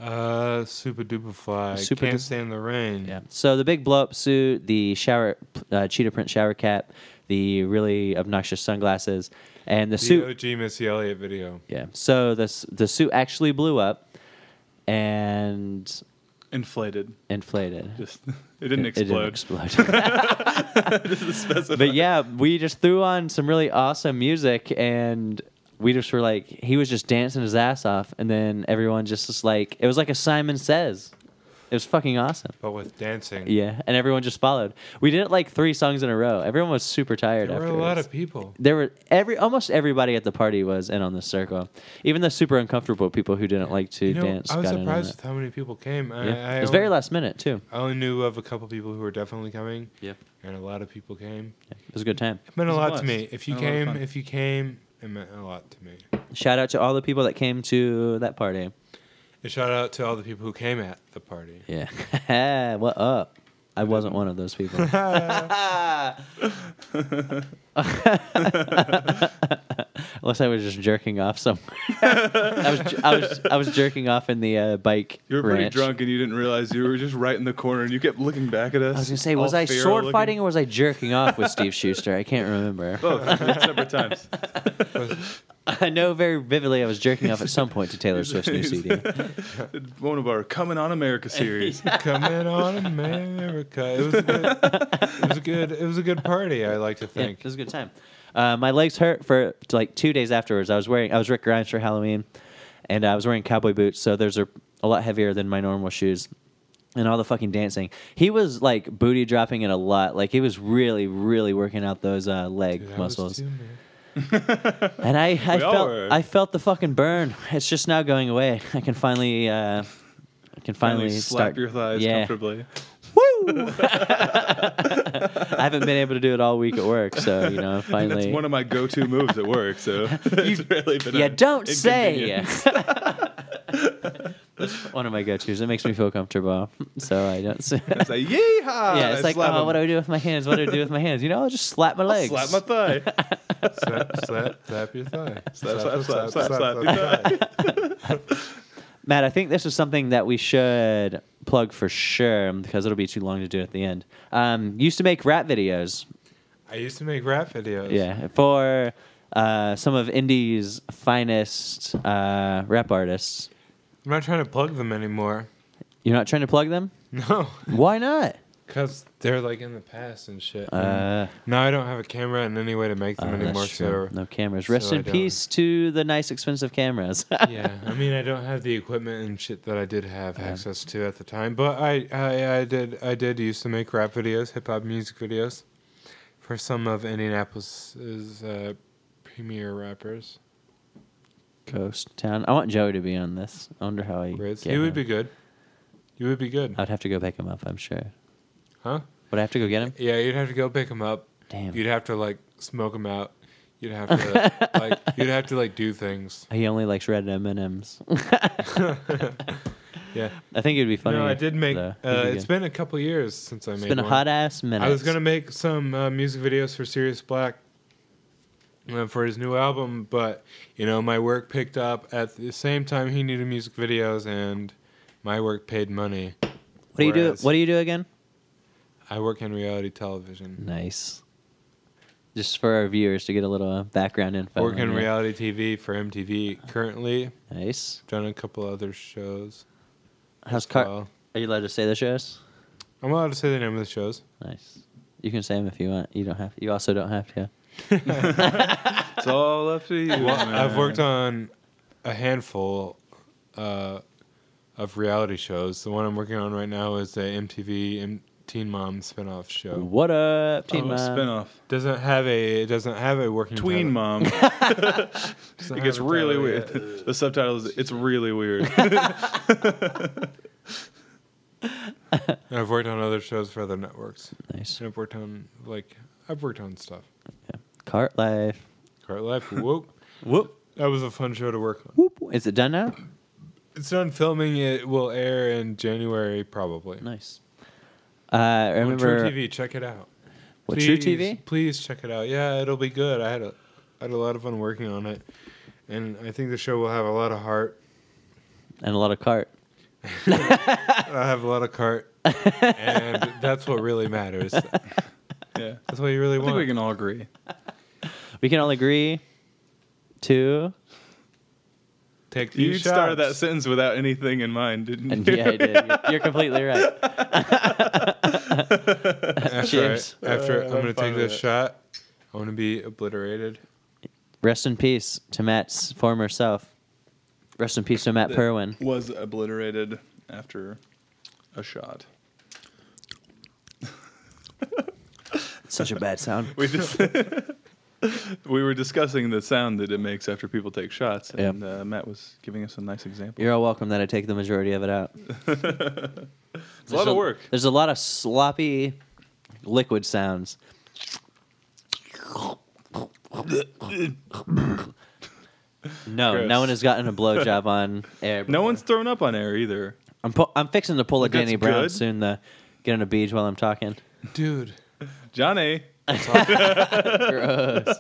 Uh, super duper fly.
Super
Can't
duper-
stand the rain.
Yeah. So the big blow up suit, the shower uh, cheetah print shower cap, the really obnoxious sunglasses, and the
The
suit.
OG Missy Elliott video.
Yeah. So this the suit actually blew up and
Inflated.
inflated.
Just (laughs) it didn't
It- it
explode.
explode. (laughs)
(laughs)
but yeah, we just threw on some really awesome music and we just were like he was just dancing his ass off and then everyone just was like it was like a Simon says. It was fucking awesome.
But with dancing.
Yeah, and everyone just followed. We did it like three songs in a row. Everyone was super tired.
There were a lot
afterwards.
of people.
There were every almost everybody at the party was in on this circle, even the super uncomfortable people who didn't like to
You know,
dance.
I was
got in on
surprised
it.
with how many people came. I,
Yeah.
I
it was very
only-
last minute too.
I only knew of a couple people who were definitely coming.
Yep.
And a lot of people came.
It was a good time.
It meant a
It was
lot
blessed.
to me. If you
And a lot of
came,
fun.
if you came, it meant a lot to me.
Shout out to all the people that came to that party.
And shout out to all the people who came at the (laughs) party.
Yeah. (laughs) what up? I wasn't one of those (laughs) people. Unless I was just jerking off (laughs) somewhere. I was I was I was jerking off in the uh, bike.
(laughs) You were pretty
ranch.
drunk and you didn't realize you were just right in the corner and you kept looking back at us.
I was gonna say, was I sword fighting or was I jerking off with Steve Schuster? I can't remember. (laughs)
Both, three separate times.
I know very vividly I was jerking off at some point
(laughs)
to Taylor Swift's new CD.
One of our Coming on
(laughs)
America series.
Coming on America. It was a good. It was a good. It was a good party. I like to
Yeah,
think.
it was a good time. Uh, my legs hurt for like two days afterwards. I was wearing I was Rick Grimes for Halloween, and I was wearing cowboy boots, so those are a lot heavier than my normal shoes. And all the fucking dancing. He was like booty dropping it a lot. Like he was really, really working out those uh, leg
Dude, I was
muscles.
too, man.
And I, I
all
felt
were.
I felt the fucking burn. It's just now going away. I can finally uh, I can finally,
Finally, slap
start-
your thighs
yeah.
comfortably. (laughs)
Woo! (laughs) I haven't been able to do it all week at work, so you know,
That's
finally.
one of my go-to moves at work.
(laughs)
So (laughs) it's really been.
Yeah,
an
don't say.
inconvenience.
That's one of my go-tos. It makes me feel comfortable, so I don't. Say.
It's like yeehaw.
(laughs) yeah,
I
it's like,
slap
oh, what do
him.
I do with my hands? What do I do with my hands? You know, I'll just slap my legs.
Slap my thigh.
Slap, slap, slap your thigh.
(laughs) Slap, slap, slap, slap, slap your
your thigh.
Matt, I think this is something that we should plug for sure um, because it'll be too long to do at the end. Um, used to make rap videos.
I used to make rap videos.
Yeah, for uh, some of indie's finest uh, rap artists.
I'm not trying to plug them anymore. (laughs)
You're not trying to plug them?
No,
Why not?
because they're like in the past and shit.
Uh,
now I don't have a camera and any way to make them
uh,
oh,
anymore.
that's true.
So
No cameras. Rest
so I
in
don't.
peace to the nice, expensive cameras. (laughs)
yeah, I mean, I don't have the equipment and shit that I did have access to at the time, but I, I, I did, I did used to make rap videos, hip hop music videos, for some of Indianapolis's uh, premier rappers.
Ghost Town. I want Joey to be on this. I wonder how he.
Riz.
get
You would
him.
be good. You would be good,
I'd have to go pick him up. I'm sure.
huh?
Would I have to go get him?
Yeah, you'd have to go pick him up.
Damn.
You'd have to like smoke him out. You'd
(laughs)
have to like, you'd have to like do things. (laughs)
He only likes red M and (laughs) M's.
Yeah.
I think it'd be funny.
no, I did make.
though.
Uh,
It'd be
it's
good.
been a couple years since I
It's
made.
been a
one.
hot ass minute.
I was gonna make some uh, music videos for Sirius Black, uh, for his new album, but you know, my work picked up at the same time he needed music videos, and my work paid money.
What do you do?
Whereas-
What do you do again?
I work in reality
Mm,
television.
Nice. Just for our viewers to get a little uh, background info.
Work in
on you.
reality TV for MTV currently.
Nice.
Done a couple other shows.
How's Car?
Well,
Are you allowed to say the shows?
I'm allowed to say the name of the shows.
Nice. You can say them if you want. You don't have. You also don't have to.
It's all up to you.
I've
man.
worked on a handful uh, of reality shows. The one I'm working on right now is the MTV M- Teen Mom spinoff show.
What up,
Oh,
Teen Mom?
spinoff.
Doesn't have a it doesn't have a working
Tween
(laughs)
title.
mom.
Doesn't
It
have
gets
a
really
title
weird.
yet.
the subtitle is "It's really weird."
And I've worked on other shows for other networks.
Nice.
And I've worked on like I've worked on stuff.
Cart life.
(laughs)
Cart Life. Whoop.
(laughs) Whoop.
That was a fun show to work on.
Whoop. Is it done now?
It's done filming. It will air in January probably.
Nice. Uh, I
On True
remember.
TV, check it out.
What, True
Please-
TV?
Please check it out. Yeah, it'll be good. I had a I had a lot of fun working on it, and I think the show will have a lot of heart.
And a lot of cart.
I uh, have a lot of
(laughs)
cart, and that's what really matters. That's
yeah,
what you
I
really
think we
want.
can all agree.
We can all agree. Two.
Take
You
these
started that
shots.
sentence without anything in mind, didn't
And
you? (laughs)
yeah, I did. You're, you're completely right.
after,
Cheers.
I, after
Uh,
I'm
I'm
gonna
fine
take
with
this
it.
shot. I want to be obliterated.
Rest in peace to Matt's former self. Rest in peace to Matt Perwin.
Was obliterated after a shot.
Such a bad sound.
We just (laughs) we were discussing the sound that it makes after people take shots,
Yeah.
and uh, Matt was giving us a nice example.
You're all welcome that I take the majority of it out.
It's a lot of work.
There's a lot of sloppy liquid sounds. No,
Gross.
no one has gotten a blowjob on air.
No
before.
one's thrown up on air either.
I'm, pu- I'm fixing to pull a
That's
Danny Brown
good.
soon. The get on a beach while I'm talking.
Dude,
Johnny,
Gross.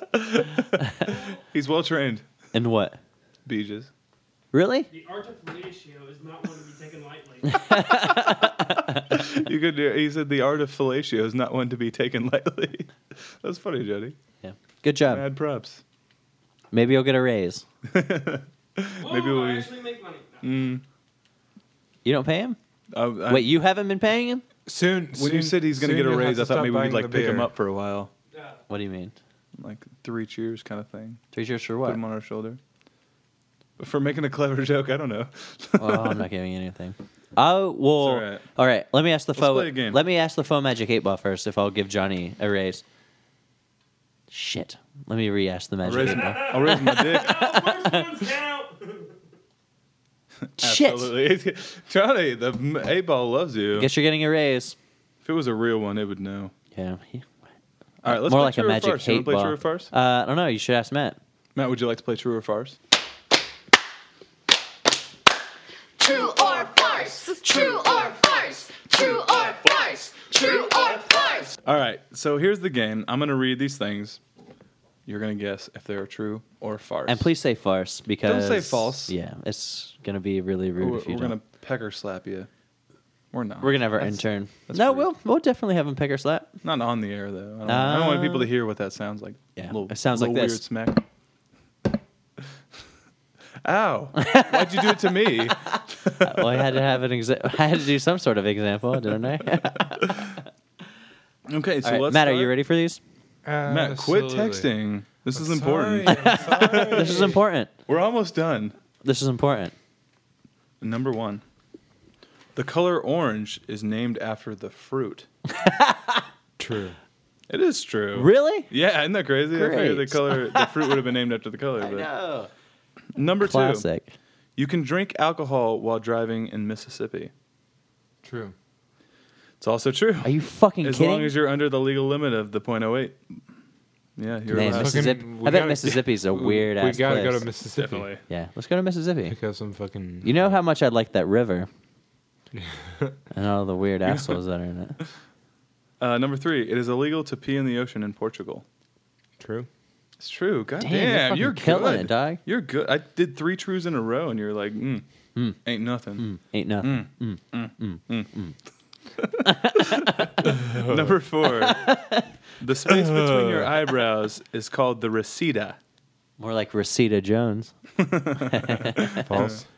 (laughs) he's well trained.
and what?
Beaches.
Really?
The art of fellatio is not one to be taken
(laughs)
lightly.
You could. Do, he said the art of fellatio is not one to be taken (laughs) lightly. That's funny, Jody.
Yeah. Good job.
Mad props.
Maybe you'll get a raise.
Whoa,
Maybe
I
we- Mm.
actually make money. No.
You don't pay him?
I, I-
Wait, you haven't been paying him?
soon.
when you said he's gonna get a raise, I thought maybe we'd like pick him up for a while,
Uh,
What do you mean?
like three cheers kind of thing.
Three years for
Put
what?
him on our shoulder. But for making a clever (laughs) joke, I don't know.
oh, I'm not giving you anything. Oh well.
all
All
right.
right. Let me ask the
Let's
foe.
play a game.
Let me ask the foe magic eight ball first. If I'll give Johnny a raise. Shit. Let me re-ask
(laughs)
the
I'll
magic
raise,
eight ball.
my, I'll raise my dick.
oh, first ones (laughs) count.
Shit.
Absolutely. Johnny, the m- eight ball loves you.
Guess you're getting a raise.
If it was a real one, it would know.
Yeah. he-
All right, let's
Uh,
play
More like
true
a
or
magic
farce. You wanna
eight
play
ball.
true or farce?
Uh, I don't know. You should ask Matt.
Matt, would you like to play true or farce?
True or farce? True or farce? True or farce? True or farce?
All right, so here's the game. I'm going to read these things. You're going to guess if they're true or farce.
And please say farce because
false.
Yeah, it's gonna be really rude
we're,
if you
we're
don't.
going to pecker slap you. We're not.
we're gonna have our
That's-
intern.
that's
No,
rude.
we'll we'll definitely have him pick
(laughs)
her slap.
Not on the air, though. I don't, I don't want people to hear what that sounds like.
Uh, Yeah,
Little-
it sounds like
little
this. (laughs)
weird smack. Ow. Why'd you do it to me?
well, I had to have an exa- (laughs) I had to do some sort of example, didn't I?
(laughs)
(laughs)
Okay, so
All right,
let's.
Matt, are
start.
you ready for these?
Matt, quit texting. This is important.
This is important.
(laughs) We're almost done.
This is important.
Number one. The color orange is named after the fruit.
True.
It is true.
Really?
Yeah, isn't that crazy? I figured the
Great.
color,
(laughs)
the fruit would have been named after the color. but-
No.
Number two,
Classic.
you can drink alcohol while driving in Mississippi.
True.
It's also true.
Are you fucking
as
kidding?
long as you're under the legal limit of the .08. Yeah, you're
Man,
allowed.
Mississippi-
Fucking-
I
we
bet
gotta-
Mississippi's a weird
(laughs) we
ass
gotta go
place.
to Mississippi.
Definitely.
yeah, let's go to Mississippi.
Pick up some fucking.
You know how much I like that
(laughs)
river and all the weird assholes that are in it.
Uh, number three, it is illegal to pee in the ocean in Portugal.
True.
It's true. God
Damn,
damn,
you're fucking
you're,
killing
good.
it, dog.
You're good. I did three trues in a row, and you're like, mm,
Hmm.
ain't nothing.
Ain't nothing. Hmm.
(laughs) Number
(laughs)
four, the space between your eyebrows is called the recida.
More like Rosita Jones.
False.
(laughs)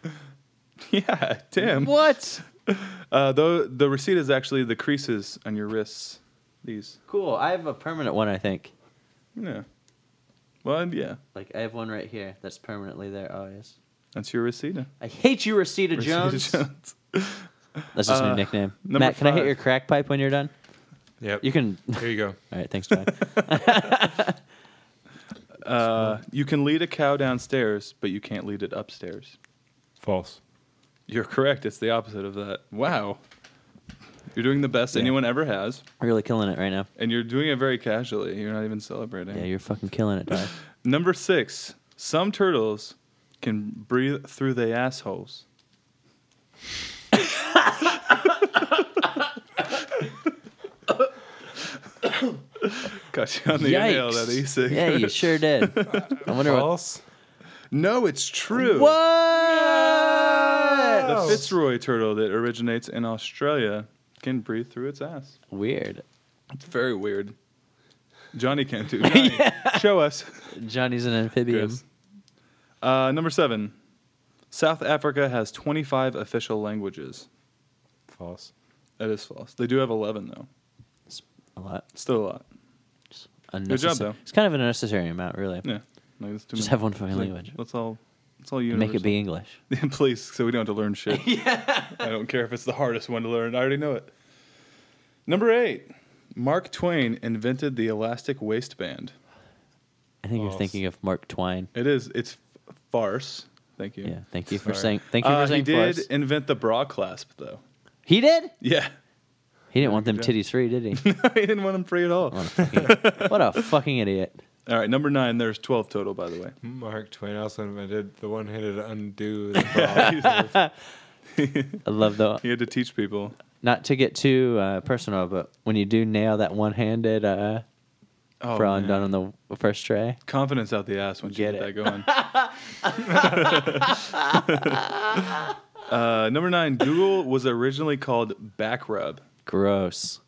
Yeah, damn.
What?
Uh, though the receipt is actually the creases on your wrists. These.
Cool. I have a permanent one, I think.
Yeah. Well, and yeah,
Like I have one right here that's permanently there always.
that's your receipt.
I hate you, Rosita Jones. (laughs) That's just
Uh,
new nickname.
number
Matt, can I hit
five.
your crack pipe when you're done?
Yep.
You can. (laughs) All
Here you go.
right, thanks,
(laughs)
John.
Uh, you can lead a cow downstairs, but you can't lead it upstairs.
False.
You're correct. It's the opposite of that. Wow. You're doing the best anyone ever has,
really killing it right now.
and you're doing it very casually. You're not even celebrating.
Yeah, you're fucking killing it, dog.
Number six. Some turtles can breathe through their
(laughs)
assholes. Got (laughs) you on the email that E
Yikes.
E6.
Yeah, you sure did.
(laughs)
I wonder what.
False.
No, it's true.
What?
The Fitzroy turtle that originates in Australia can breathe through its ass.
Weird.
It's very weird. Johnny can
(laughs)
too. Johnny, Show us.
Johnny's an amphibian.
Yes.
um,
Uh, number seven. South Africa has 25 official languages.
False.
That is false. They do have 11, though.
A lot.
Still a lot.
Good
job, though.
It's kind of an unnecessary amount, really.
Yeah. Like, that's too
Just
many.
have one fucking
Like,
language.
Let's all, let's all
And
universal.
Make it be English.
(laughs) Please, so we don't have to learn shit. I don't care if it's the hardest one to learn. I already know it. Number eight. Mark Twain invented the elastic waistband.
I think you're
False.
thinking of Mark Twain.
It is. It's f- farce. Thank you.
Yeah. Thank you for
Sorry.
saying. Thank you for
Uh, he
saying. for
did
us.
invent the bra clasp, though.
He did.
Yeah. (laughs)
He didn't want them
Good job.
titties free,
(laughs)
did he?
he didn't want him free at all.
What a fucking- what a fucking idiot.
All right, number nine. There's 12 total, by the way.
Mark Twain also invented the one-handed
(laughs)
undo. The bra.
I love the
He had to teach people.
not to get too uh, personal, but when you do nail that one-handed uh,
Oh,
bra
man.
and done on the first tray,
Confidence out the ass once you
Get
get,
it.
that going. (laughs)
(laughs)
uh, number nine. Google was originally called Backrub.
gross,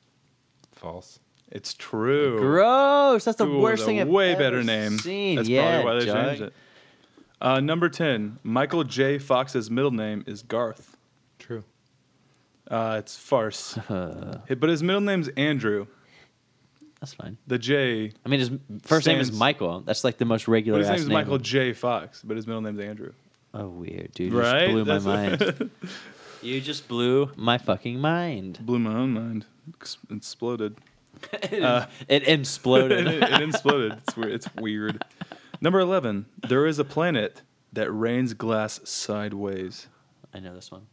False.
It's true.
gross. That's the
Google
worst
was
thing.
a
I've
way
ever
better name.
Seen.
That's
yeah,
probably why they
Doug.
changed it. Uh, number 10. Michael J. Fox's middle name is Garth.
True.
Uh, it's
(laughs)
farce. but his middle name's Andrew.
That's fine.
The J.
I mean, his first name is
Stands-
Michael. That's like the most regular.
But his
ass
name's
name.
Michael J. Fox, but his middle name's Andrew.
Oh, weird, dude. You
Right?
just blew my
That's- (laughs)
mind. you just blew my fucking mind.
Blew my own mind. Ex- Exploded.
It
it, (laughs)
exploded.
it exploded. It's weird. It's weird. Number 11. There is a planet that rains glass sideways.
I know this one.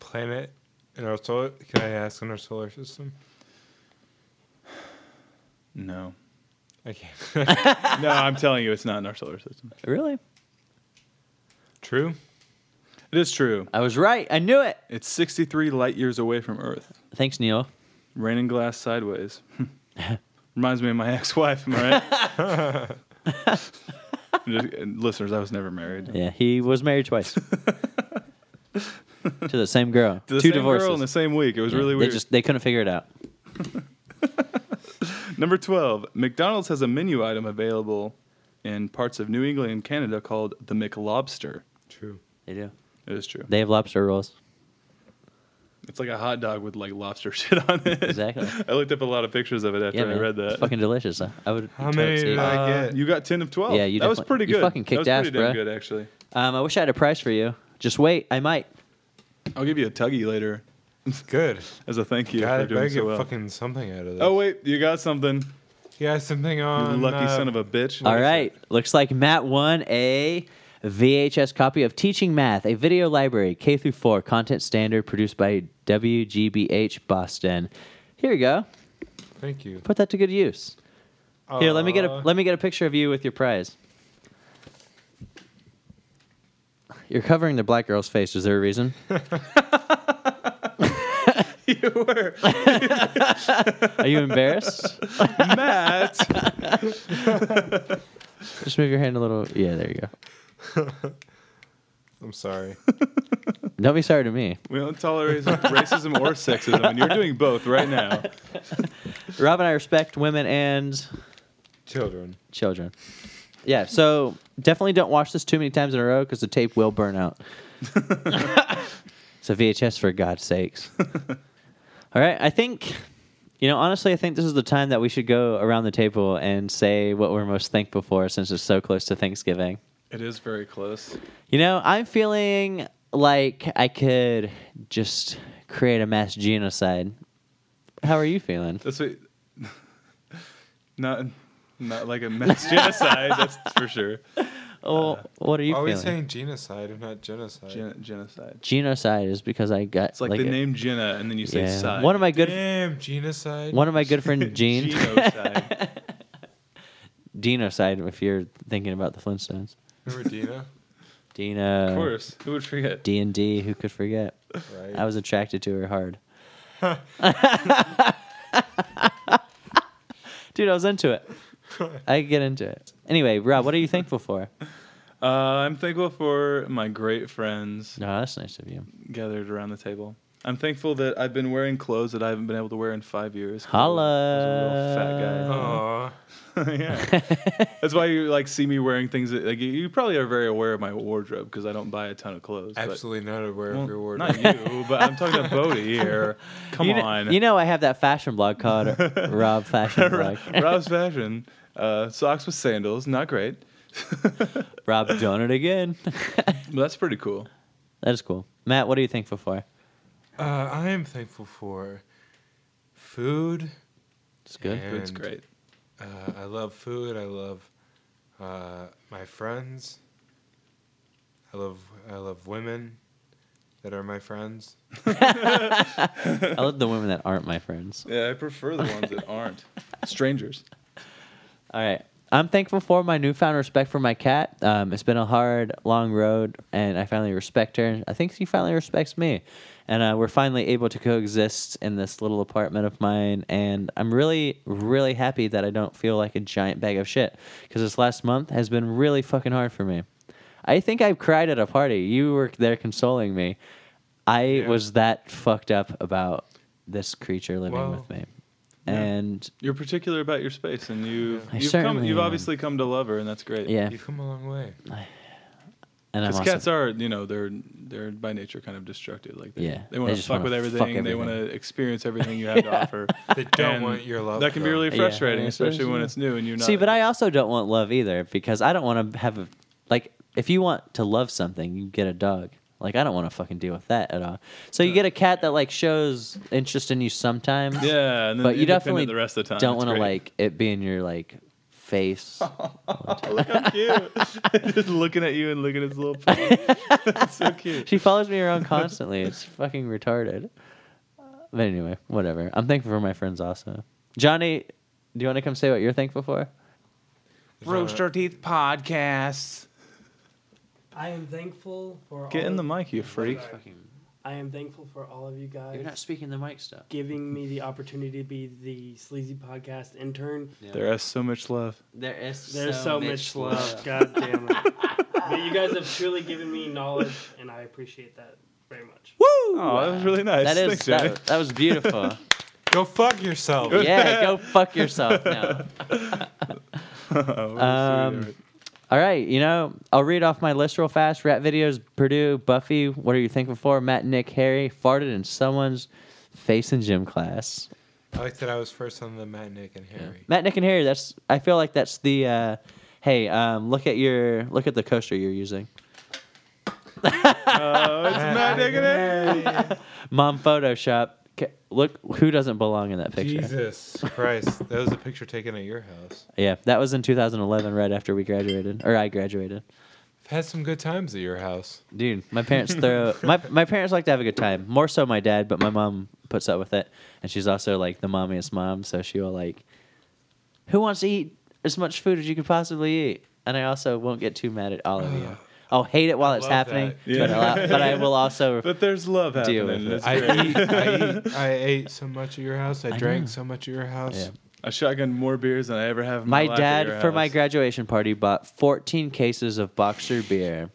Planet in our solar. Can I ask in our solar system?
No.
I can't.
No, I'm telling you, it's not in our solar system.
Really?
True.
It is true.
I was right. I knew it.
It's 63 light years away from Earth.
Thanks, Neil.
Raining glass sideways. (laughs) Reminds me of my ex-wife. Am I right?
(laughs)
Just- and listeners, I was never married.
Yeah, he was
(laughs)
married twice to the same girl.
To the
Two
same
divorces.
girl in the same week. It was
Yeah,
really
they
weird.
just they couldn't figure it out.
Number 12. McDonald's has a menu item available in parts of New England and Canada called the McLobster.
True.
They do.
It is true.
They have lobster rolls.
It's like a hot dog with like lobster (laughs) shit on it.
Exactly.
(laughs) I looked up a lot of pictures of it after
yeah,
I
man.
read that.
It's fucking delicious. I, I would.
How
totally
many
eat
did
it.
I
Uh,
get?
you got 10 of 12.
Yeah, you
That was
definitely-
pretty
you
good.
fucking
that was
kicked ass,
pretty damn
bruh.
good, actually.
Um, I wish I had a price for you. Just wait, I might.
I'll give you a tuggy later
Good.
as a thank you
God, I
for
better
doing
get
so well.
fucking something out of this.
Oh, wait. You got something.
yeah, something
You
on.
lucky
uh,
son of a bitch.
All (laughs) right. Looks like Matt won a VHS copy of Teaching Math, a video library, K through 4 content standard produced by WGBH Boston. Here you go.
Thank you.
Put that to good use. Here, let me get a
Uh,
let me get a picture of you with your prize. (laughs) You're covering the black girl's face. Is there a reason?
(laughs) you were.
Are you embarrassed?
Matt.
Just move your hand a little. Yeah, there you go. (laughs)
I'm sorry.
Don't be sorry to me.
We don't tolerate racism or sexism, and you're doing both right now.
Rob and I respect women and
Children.
children. Yeah, so definitely don't watch this too many times in a row because the tape will burn out. (laughs) it's a VHS for God's sakes. (laughs) All right, I think, you know, honestly, I think this is the time that we should go around the table and say what we're most thankful for since it's so close to Thanksgiving.
It is very close.
You know, I'm feeling like I could just create a mass genocide. How are you feeling?
That's what, (laughs) not not like a mass (laughs) genocide. That's for sure.
Oh, what are you
Why are we
feeling?
saying genocide if not genocide?
Gen- genocide.
genocide is because I got
It's like, the
it-
name Jenna, and then you say
Yeah.
side.
One of my good
Damn, genocide.
One of my
(laughs)
good friend Gene.
Genocide.
(laughs) Dino side, if you're thinking about the Flintstones. (laughs)
Remember Dina?
Dina.
Of course, who would forget?
uh, D and D. Who could forget?
Right.
I was attracted to her
(laughs)
hard. Dude, I was into it. I could get into it. Anyway, Rob, what are you thankful for?
Uh, I'm thankful for my great friends
No, that's nice of you.
gathered around the table. I'm thankful that I've been wearing clothes that I haven't been able to wear in five years. 'cause I was- I
Aw.
was
Oh.
a real fat guy. (laughs) yeah. That's why you like see me wearing things that like you- you probably are very aware of my wardrobe because I don't buy a ton of clothes. but-
Absolutely not aware
Well,
of your word.
not you, but I'm talking to Bodie here. Come
you kn-
on. (laughs)
you know I have that fashion blog called Rob Fashion Blog.
Rob's fashion. Uh, socks with sandals, not great. (laughs) but
Rob done
(laughs)
it again.
that's pretty cool.
that is cool. Matt, what are you thankful for?
(laughs) Uh, I am thankful for food.
It's good.
Yeah.
It's
And-
great.
Uh, I love food. I love uh, my friends. I love I love women that are my friends.
I love the women that aren't my friends.
Yeah, I prefer the ones that aren't (laughs) strangers.
All right. I'm thankful for my newfound respect for my cat. Um, it's been a hard, long road, and I finally respect her. I think she finally respects me. And uh, we're finally able to coexist in this little apartment of mine. And I'm really, really happy that I don't feel like a giant bag of shit because this last month has been really fucking hard for me. I think I cried at a party. You were there consoling me. I was that fucked up about this creature living
Well,
with me. And
You're particular about your space, and you
I
you've come,
certainly
you've
am.
obviously come to love her, and that's great.
yeah,
You've come a long way.
and I'm
Because
also-
cats are, you know, they're they're by nature kind of destructive. Like they,
Yeah,
they want
they
to
just
fuck
wanna
with
fuck
everything. They want to
everything.
experience everything you have to
(laughs)
offer.
They don't
And
want your love.
That can be
though.
really
Yeah,
frustrating,
yeah, so
especially when
yeah.
it's new and you're not.
See, but I also don't want love either because I don't want to have a like. If you want to love something, you get a dog. Like I don't want to fucking deal with that at all. So you get a cat that like shows interest in you sometimes.
(laughs) yeah, and then
but you
independent
definitely
the rest of the time.
don't
It's
want to
great.
like it be in your like
(laughs)
face.
Oh,
(laughs)
cute. (laughs) Just looking at you and looking at his little. paw. (laughs) It's so cute.
she follows me around constantly. It's fucking retarded. But anyway, whatever. I'm thankful for my friends also. Johnny, do you want to come say what you're thankful for?
Rooster Teeth podcasts.
I am thankful for
Get
all
in the
of-
mic, you freak.
I am thankful for all of you guys
speaking the mic stuff.
giving me the opportunity to be the sleazy podcast intern.
There is so much love.
There is
There's so, much love. God damn (laughs) it. but you guys have truly given me knowledge, and I appreciate that very much.
Woo!
Oh, that was really nice.
That is
Thanks, Johnny.
that, that was beautiful.
Go fuck yourself.
yeah, go fuck yourself now.
(laughs) Oh, what a
um,
sweetheart.
All right, you know, I'll read off my list real fast. Rat videos, Purdue, Buffy. What are you thinking for? Matt, Nick, Harry farted in someone's face in gym class.
I like that I was first on the Matt, Nick, and Harry.
Matt, Nick, and Harry. That's I feel like that's the uh, hey. Um, look at your look at the coaster you're using.
Oh, it's Matt Diggity.
Mom, Photoshop. K- Look, who doesn't belong in that picture?
Jesus Christ, that was a picture taken at your house.
Yeah, that was in 2011, right after we graduated, or I graduated.
I've had some good times at your house.
Dude, my parents throw my my parents like to have a good time. More so my dad, but my mom puts up with it, and she's also like the mommiest mom. So she will like,
(sighs)
who wants to eat as much food as you could possibly eat? And I also won't get too mad at all of you. I'll hate it while
I
it's
love
happening,
that.
but,
Yeah.
I'll, but I
(laughs)
will also.
But there's love
Deal
happening. That's
with it.
I
great. (laughs)
eat, I (laughs) eat, I ate so much at your house. I, drank so much at your house.
Yeah.
I shotgun more beers than I ever have. In my,
My
life at your
dad for my
house.
graduation party bought 14 cases of Boxer
(laughs)
beer.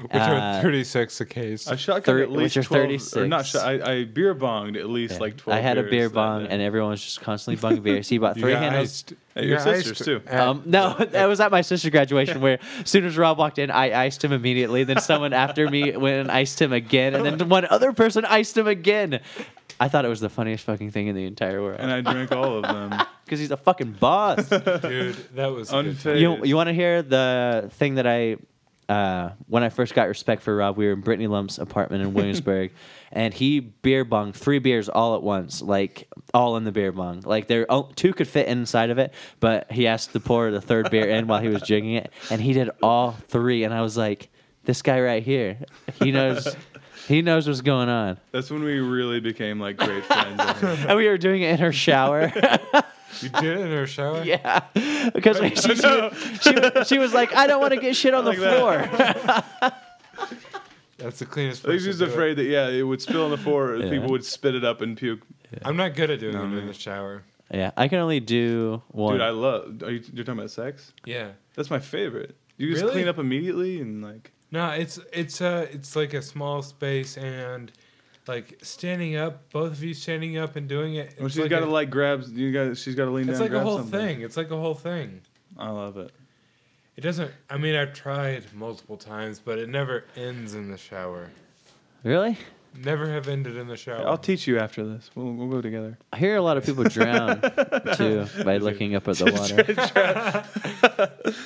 Which
Uh,
are 36 a case.
I shotgun
thir-
at least
which are
12, or not
36.
shot, I, I beer bonged at least
Yeah.
like 12
I had a
beers
beer
that
bong,
day.
and everyone was just constantly bonging beers. He bought
You
three
got
handles.
iced-
At
you
your
got
sister's,
iced
too.
at-
Um,
(laughs)
no, that was at my sister's graduation where as soon as Rob walked in, I iced him immediately. Then someone after me went and iced him again.
(laughs)
And then one other person iced him again. I thought it was the funniest fucking thing in the entire
and
world.
I drank all of
(laughs)
them.
Because he's a fucking boss.
(laughs) dude, that was a good time.
Unfazed.
you you want to hear the thing that I uh, when I first got respect for Rob, we were in Brittany Lump's apartment
(laughs)
in Williamsburg, and he beer bonged three beers all at once, like all in the beer bong. Like there, oh, two could fit inside of it, but he asked to pour the third beer in while he was jigging it, and he did all three. And I was like, this guy right here, he knows, he knows what's going on.
That's when we really became like
(laughs)
great friends. I think.
And we were doing it in her shower. (laughs)
You did it in
(laughs)
her shower?
yeah, because she, she, she, she was like, I don't want to get shit on the
like that.
floor.
That's the cleanest
I
place.
think she was afraid that yeah, it would spill on the floor. and People would spit it up and puke.
I'm not good at doing them
me.
in the shower.
Yeah, I can only do one.
Dude, I love. Are you, you're talking about sex?
Yeah.
That's my favorite. You just
Really?
clean up immediately and like.
No, it's it's uh it's like a small space and like standing up, both of you standing up and doing it.
Well,
it's
she's
like
got to
a-
like grabs. You got. She's got to lean
It's
down.
like
and
a
grab
whole
something.
thing. It's like a whole thing.
I love it.
It doesn't. I mean, I've tried multiple times, but it never ends in the shower.
really?
Never have ended in the shower.
I'll teach you after this. We'll we'll go together. (laughs)
I hear a lot of people drown too by looking up at the water.
(laughs)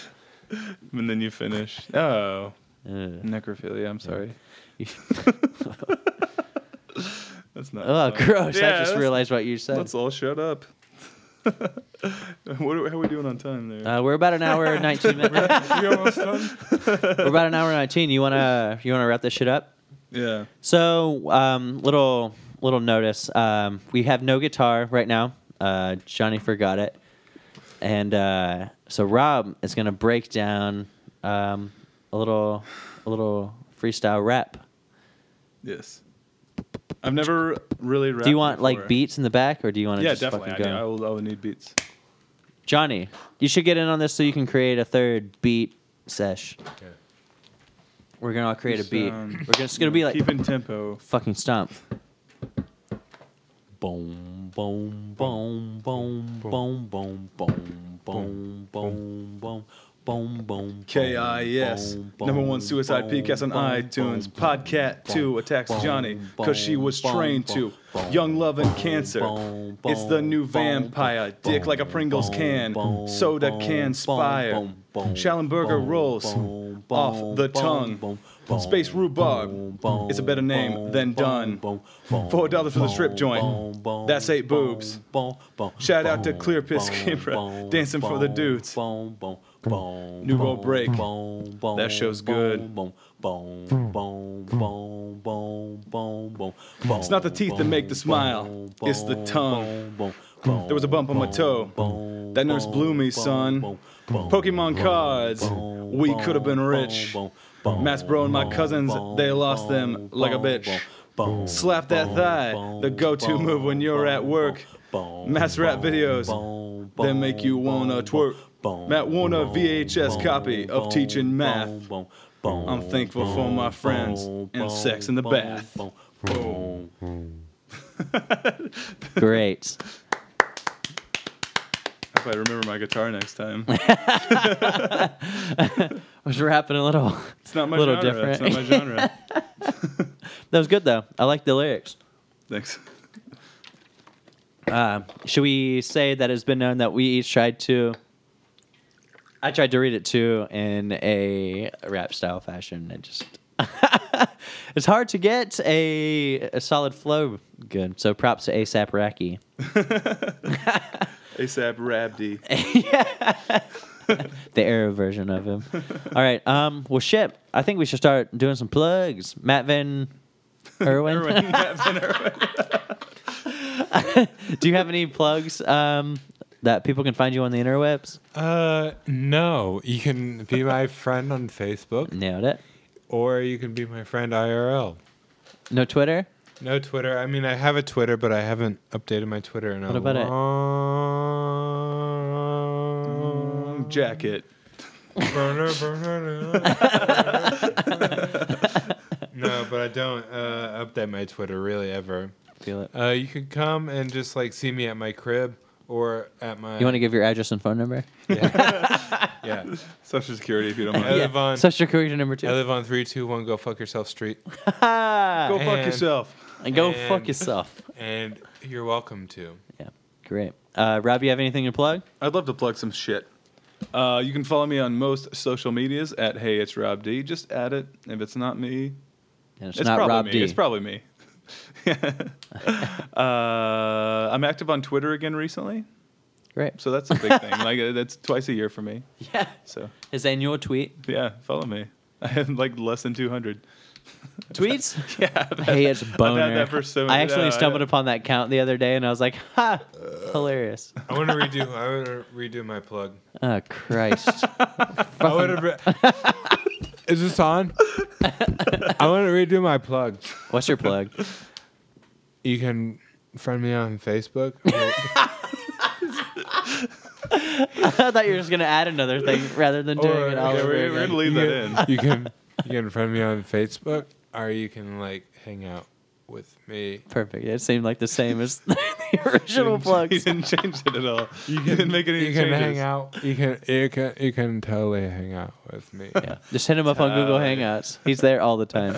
And then you finish. Oh,
Ugh.
necrophilia. I'm sorry. (laughs) That's not.
oh,
fun.
gross!
Yeah,
I just
that's-
realized what you said.
Let's all shut up. (laughs) what are, how are we doing on time there?
Uh, we're about an hour
(laughs)
and nineteen minutes.
you almost done.
we're about an hour and nineteen. You wanna you wanna wrap this shit up?
yeah.
So, um, little little notice. Um, we have no guitar right now. Uh, Johnny forgot it, and uh, so Rob is gonna break down um, a little a little freestyle rap.
Yes. I've never really.
Do you want like
before.
beats in the back, or do you want to
Yeah,
just
definitely. I,
fucking
do.
go?
I will. I will need beats.
Johnny, you should get in on this so you can create a third beat sesh. We're gonna all create a
Just,
beat.
um,
We're just gonna be like
keeping tempo.
fucking stomp. Boom, boom, boom, boom, boom, boom, boom, boom, boom, boom. Boom, boom,
K I E S.
boom, boom,
Number one suicide
boom,
podcast on
boom,
iTunes.
boom,
Podcat
boom,
2 attacks
boom,
Johnny
boom,
because she was
boom,
trained
boom,
to.
boom,
Young love and cancer.
boom,
It's the new
boom,
vampire.
boom,
Dick like a Pringles
boom,
can.
boom,
Soda
boom,
can
boom,
spire.
boom, boom,
Schallenberger
boom,
rolls
boom,
off the
boom,
tongue.
boom, boom,
Space rhubarb.
boom, boom,
It's a better name
boom,
than
boom,
done.
boom, boom,
Four dollars for the strip
boom,
joint.
boom, boom,
That's eight
boom,
boobs.
boom, boom,
Shout out to
boom,
Clear Piss
boom,
Camera,
boom,
dancing for the
boom,
dudes.
boom, boom, boom,
New Roll
boom,
Break.
boom, boom,
That show's
boom,
good.
boom, boom, boom, boom, boom, boom, boom,
It's not the teeth that make the
boom,
smile,
boom,
it's the
boom,
tongue. Hmm,
boom, boom,
There was a bump on my
boom,
toe.
boom,
That nurse
boom,
blew me,
boom,
son.
boom, boom,
Pokemon
boom,
cards.
boom,
We
boom,
could've been
boom,
rich.
boom, boom,
Matt's bro and my cousins,
boom,
they lost them
boom,
like a
boom,
bitch.
boom, boom,
Slap that
boom,
thigh,
boom,
the go-to
boom,
move when you're at
boom,
work.
boom,
Matt's rap
boom,
videos,
boom,
they make you
boom,
wanna
boom,
twerk.
boom,
Matt won a
boom,
VHS
boom,
copy of
boom,
Teaching Math.
boom, boom, boom,
I'm thankful for
boom,
my friends
boom,
and
boom,
sex in the
boom,
bath.
boom, boom.
(laughs)
Great.
I hope I remember my guitar next time.
was rapping a little. (laughs)
It's not my
Little
genre. It's not my genre.
That was good though. I like the lyrics.
Thanks. (laughs)
Um, should we say that it's been known that we each tried to? I tried to read it too in a rap style fashion. It just (laughs) it's hard to get a, a solid flow good. So props to ASAP Rocky.
ASAP
(laughs)
Rabdi.
the era version of him. All right. Um. Well, shit. I think we should start doing some plugs. Matt Van Irwin.
Irwin, Matt Van Irwin.
(laughs) Do you have any plugs? Um. that people can find you on the interwebs?
Uh, no. You can be my friend on Facebook,
Nailed it.
or you can be my friend IRL.
No Twitter?
No Twitter. I mean, I have a Twitter, but I haven't updated my Twitter in a
What about it? (laughs)
long
Jacket.
Burner, burner,
(laughs)
burner. no, but I don't uh, update my Twitter really ever.
Feel it.
Uh, you could come and just like see me at my crib or at my.
You want to give your address and phone number?
Yeah.
Social Security, if you don't
I
mind.
live on.
(laughs) Social Security number (laughs)
I
two.
live on three, two, one. Go fuck yourself, street.
Ah,
Go fuck
And-
yourself.
and go
and-
fuck yourself.
And you're welcome to.
Yeah, great. Uh, Rob, you have anything to plug?
I'd love to plug some shit. Uh, you can follow me on most social medias at Hey It's Rob D. Just add it. If it's not me,
And it's,
It's
not
probably
Rob
me.
D.
It's probably me. (laughs) uh, I'm active on Twitter again recently,
great.
so that's a big thing. Like uh, that's twice a year for me.
Yeah,
So
his
(laughs)
annual tweet.
yeah, follow me. I have like less than 200.
Tweets?
(laughs) Yeah, I've had-
hey, it's boner.
that for so-
I actually
no, I-
stumbled upon that count the other day, and I was like, "Ha,
Uh.
hilarious!"
I want to redo. I want to redo my plug.
Oh
(laughs)
Christ!
I want to. Re- (laughs) Is this on? I want to redo my plug.
What's your plug?
(laughs)
You can friend me on Facebook.
I thought you were just gonna add another thing rather than doing
Or-
it all
Yeah,
Okay,
over
we're, we're
again.
gonna leave
you,
that in.
You can you can friend me on Facebook, or you can like hang out with me.
Perfect. It seemed like the same as (laughs) the
(laughs)
original
You
plugs.
didn't change it at all. (laughs) You, didn't make any
You
changes.
can hang out. You can you can you can totally hang out with me.
Yeah. Just hit him up on Google
Totally.
Hangouts. He's there all the time.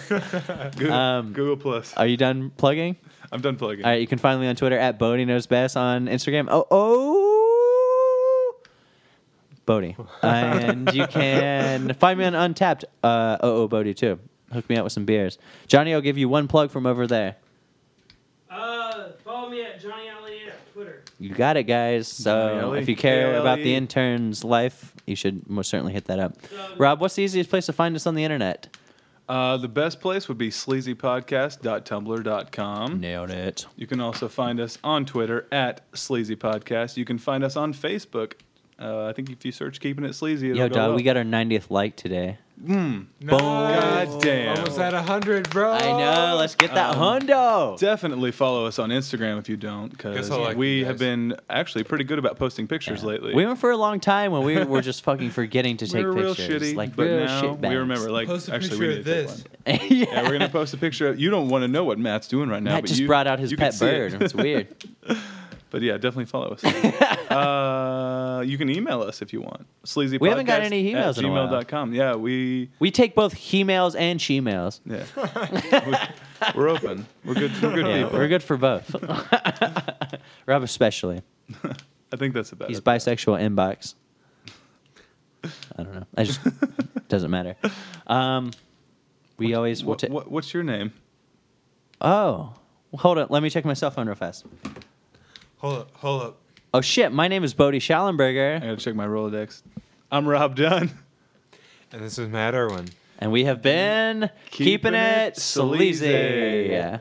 Google,
Um,
Google Plus.
Are you done plugging?
I'm done plugging.
All right, you can find me on Twitter at Bodie Knows Best on Instagram. Oh, oh, Bodie. and you can find me on Untapped. Uh, oh, oh, Bodie too. Hook me out with some beers. Johnny, I'll give you one plug from over there.
Uh, follow me at Johnny Alley at Twitter.
You got it, guys.
Johnny
So
Alley,
if you care
K-L-E.
about the intern's life, you should most certainly hit that up.
Um,
Rob, what's the easiest place to find us on the internet?
Uh, the best place would be sleazypodcast.tumblr.com.
Nailed it.
You can also find us on Twitter at Sleazy Podcast. You can find us on Facebook. Uh, I think if you search "Keeping It Sleazy," it'll
Yo,
go
dog,
up.
we got our 90th like today.
Nice.
God damn.
Oh, Almost at hundred, bro.
I know. Let's get that hundo.
Definitely follow us on Instagram if you don't, because
Guess I like
we
you
have
guys.
been actually pretty good about posting pictures lately.
We went for a long time when (laughs) we were just fucking forgetting to
We
take
were real
pictures.
shitty,
like
but
real
now
shit
we
bags.
remember. Like,
Post a
actually,
picture
we need
of
to take
this.
one.
yeah.
Yeah, we're gonna post a picture. Of, you don't want to know what Matt's doing right now.
Matt
but
just
you-
brought out his
you can
pet
see it. (laughs)
bird. It's weird.
But yeah, definitely follow us.
(laughs)
uh, you can email us if you want. Sleazy.
We haven't got
at
any emails in a while.
gmail.com. Yeah, we
We take both he males and she males. (laughs)
yeah we, are open. (laughs) We're good. We're good
Yeah,
people.
we're good for both. (laughs) Rob especially.
I think that's about
He's
it.
bisexual inbox. I don't know.
(laughs)
I just doesn't matter. Um, we always will
What,
ta-
what, what's your name?
Oh, hold on. Let me check my cell phone real fast.
Hold up, hold up.
Oh shit! My name is Bodie
I
Schallenberger,
gotta check my Rolodex. I'm Rob Dunn.
And this is Matt Irwin.
and we have been keeping,
Keeping
it
it
sleazy.
sleazy.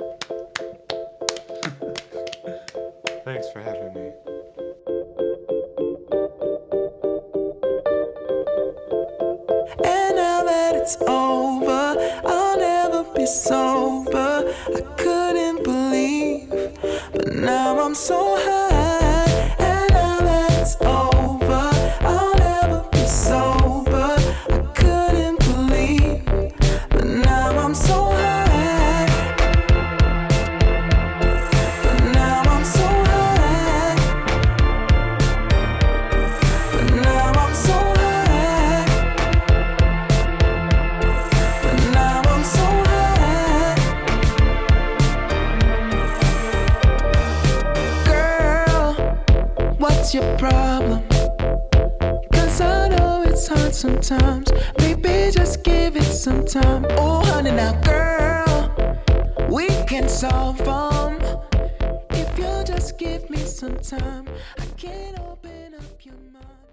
Thanks for having me.
And now that it's over, I'll never be sober. I couldn't believe, but now I'm so high. And now that it's over, I'll never be sober. I couldn't believe, but now I'm so high. But now I'm so high. But now I'm so high. And now I'm so high. Girl, what's your problem? 'Cause I know it's hard sometimes. Baby, just give it some time. Oh, honey, now, girl, we can solve 'em if you just give me some time. I can open up your mind.